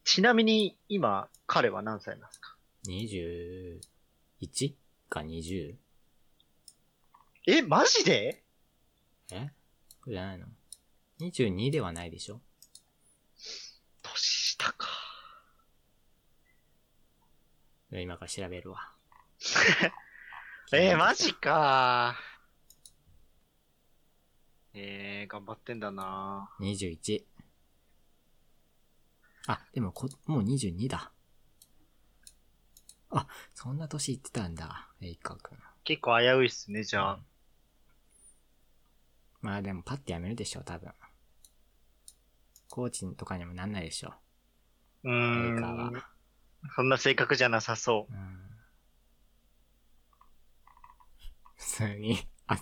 Speaker 2: ちなみに、今、彼は何歳なんですか
Speaker 1: 21? か 20?
Speaker 2: え、マジで
Speaker 1: えこれじゃないの ?22 ではないでしょ
Speaker 2: 年下か。。
Speaker 1: 今から調べるわ
Speaker 2: えー、マジか。えー、頑張ってんだな
Speaker 1: ?21。あ、でもこ、もう22だ。あ、そんな年いってたんだ、エイカー君。
Speaker 2: 結構危ういっすね、じゃあ。
Speaker 1: まあでもパッてやめるでしょ、多分。コーチとかにもなんないでしょ、
Speaker 2: う
Speaker 1: エイ
Speaker 2: ー
Speaker 1: カーは
Speaker 2: ん。。そんな性格じゃなさそう。
Speaker 1: うん普通に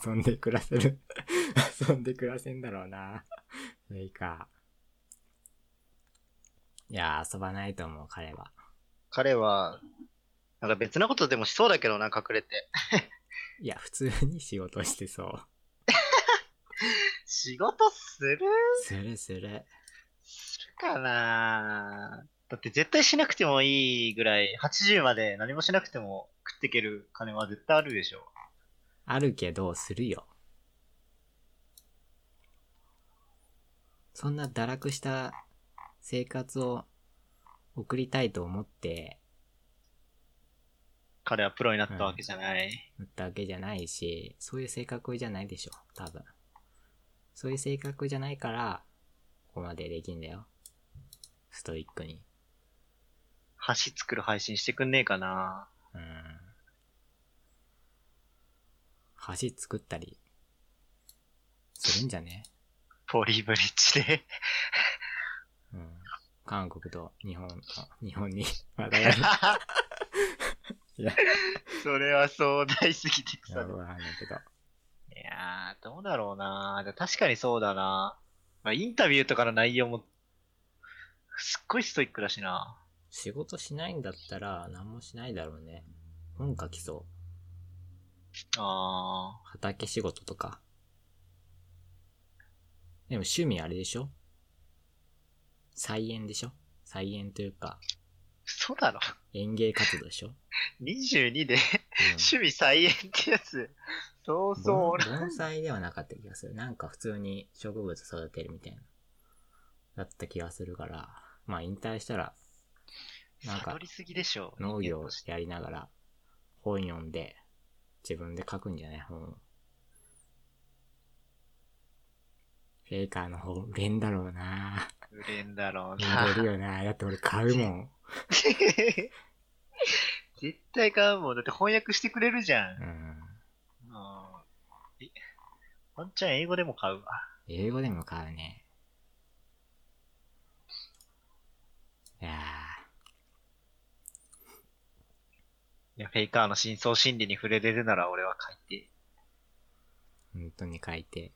Speaker 1: 遊んで暮らせる。 遊んで暮らせんだろうな。それか。いやー、遊ばないと思う、彼は。
Speaker 2: 彼は、なんか別なことでもしそうだけどな、隠れて。
Speaker 1: いや、普通に仕事してそう。
Speaker 2: 仕事する
Speaker 1: するする。
Speaker 2: するかなだって絶対しなくてもいいぐらい、80まで何もしなくても食っていける金は絶対あるでしょ。
Speaker 1: あるけど、するよ。そんな堕落した生活を送りたいと思って、
Speaker 2: 彼はプロになったわけじゃない。
Speaker 1: だったわけじゃないし、そういう性格じゃないでしょ、多分。そういう性格じゃないから、ここまでできんだよ。ストイックに。
Speaker 2: 橋作る配信してくんねえかな
Speaker 1: うん。橋作ったり、するんじゃね
Speaker 2: ポリブリッジで。
Speaker 1: うん。韓国と日本、あ日本 に渡られる。いや、
Speaker 2: それは壮大すぎて
Speaker 1: いや
Speaker 2: 草
Speaker 1: わかんないけど。
Speaker 2: いやー、どうだろうなで確かにそうだなまあ、インタビューとかの内容も、すっごいストイックだしな
Speaker 1: 仕事しないんだったら、何もしないだろうね。本書きそう。
Speaker 2: あ
Speaker 1: 畑仕事とか。でも趣味あれでしょ菜園でしょ菜園というか、
Speaker 2: ー、そうだろ
Speaker 1: 園芸活動でしょ、うん
Speaker 2: ?22 で趣味再演ってやつ、そうそう
Speaker 1: 盆
Speaker 2: 俺、
Speaker 1: 盆栽ではなかった気がする。なんか普通に植物育てるみたいな。だった気がするから、まあ引退したらなんか
Speaker 2: 悟りすぎでしょ。
Speaker 1: 農業
Speaker 2: 人
Speaker 1: を
Speaker 2: 間として
Speaker 1: やりながら本読んで自分で書くんじゃない本を。フェイカーの方売れんだろうな
Speaker 2: 売れんだろう
Speaker 1: 売れ
Speaker 2: な
Speaker 1: るよなだって俺買うもん。
Speaker 2: 絶対買うもん。だって翻訳してくれるじゃん。
Speaker 1: うん。
Speaker 2: うん。えワンチャン英語でも買うわ。
Speaker 1: 英語でも買うね。いや
Speaker 2: いや、フェイカーの真相心理に触れれるなら俺は買いてえ。
Speaker 1: ー、本当に書いて。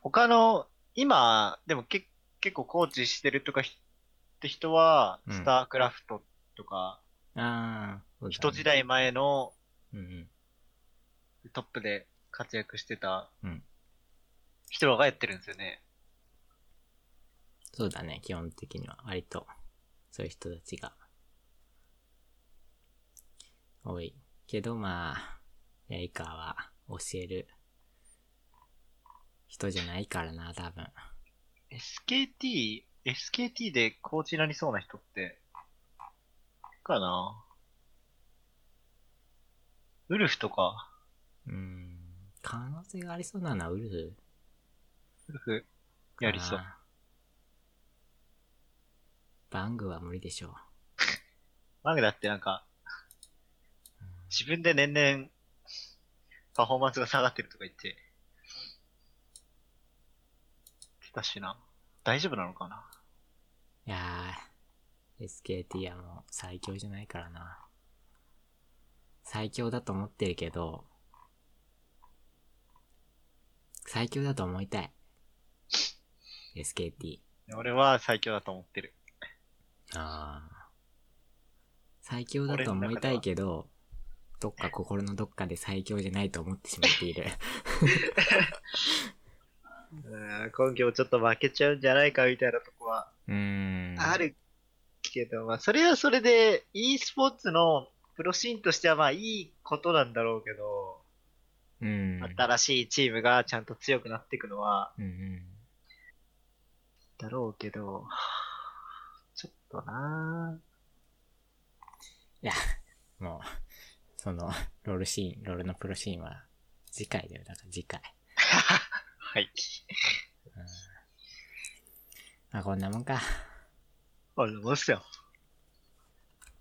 Speaker 2: 他の、今、でもけ結構コーチしてるとかひって人は、
Speaker 1: うん
Speaker 2: スタークラフトとか、
Speaker 1: ああ、そうだね
Speaker 2: 一時。代前の
Speaker 1: うんうん。
Speaker 2: トップで活躍してた
Speaker 1: うん
Speaker 2: 人らがやってるんですよね。
Speaker 1: そうだね、基本的には。割と、そういう人たちが、多い。けどまあ、エイカーは教える人じゃないからな、多分。
Speaker 2: SKT、SKT でコーチになりそうな人って、かなウルフとか、
Speaker 1: うーん、可能性がありそうなのはウルフ
Speaker 2: ウルフ
Speaker 1: かな
Speaker 2: やりそう。。
Speaker 1: バングは無理でしょう。
Speaker 2: マグだってなんか、自分で年々パフォーマンスが下がってるとか言って、来たしな。大丈夫なのかない
Speaker 1: やー、SKT はもう最強じゃないからな。最強だと思ってるけど、最強だと思いたい。SKT。
Speaker 2: 俺は最強だと思ってる。
Speaker 1: あー最強だと思いたいけど、どっか心のどっかで最強じゃないと思ってしまっている。
Speaker 2: 今季もちょっと負けちゃうんじゃないかみたいなとこは
Speaker 1: うーん。
Speaker 2: あるけど、まあそれはそれで e スポーツのプロシーンとしてはまあいいことなんだろうけど、
Speaker 1: うん。
Speaker 2: 新しいチームがちゃんと強くなっていくのは
Speaker 1: うんうん。
Speaker 2: だろうけど、ちょっとなぁ。
Speaker 1: もう、その、ロールシーン、ロールのプロシーンは、次回だよ、だから次回。
Speaker 2: はい。
Speaker 1: まあ、こんなもんか。
Speaker 2: ありがとうございますよ。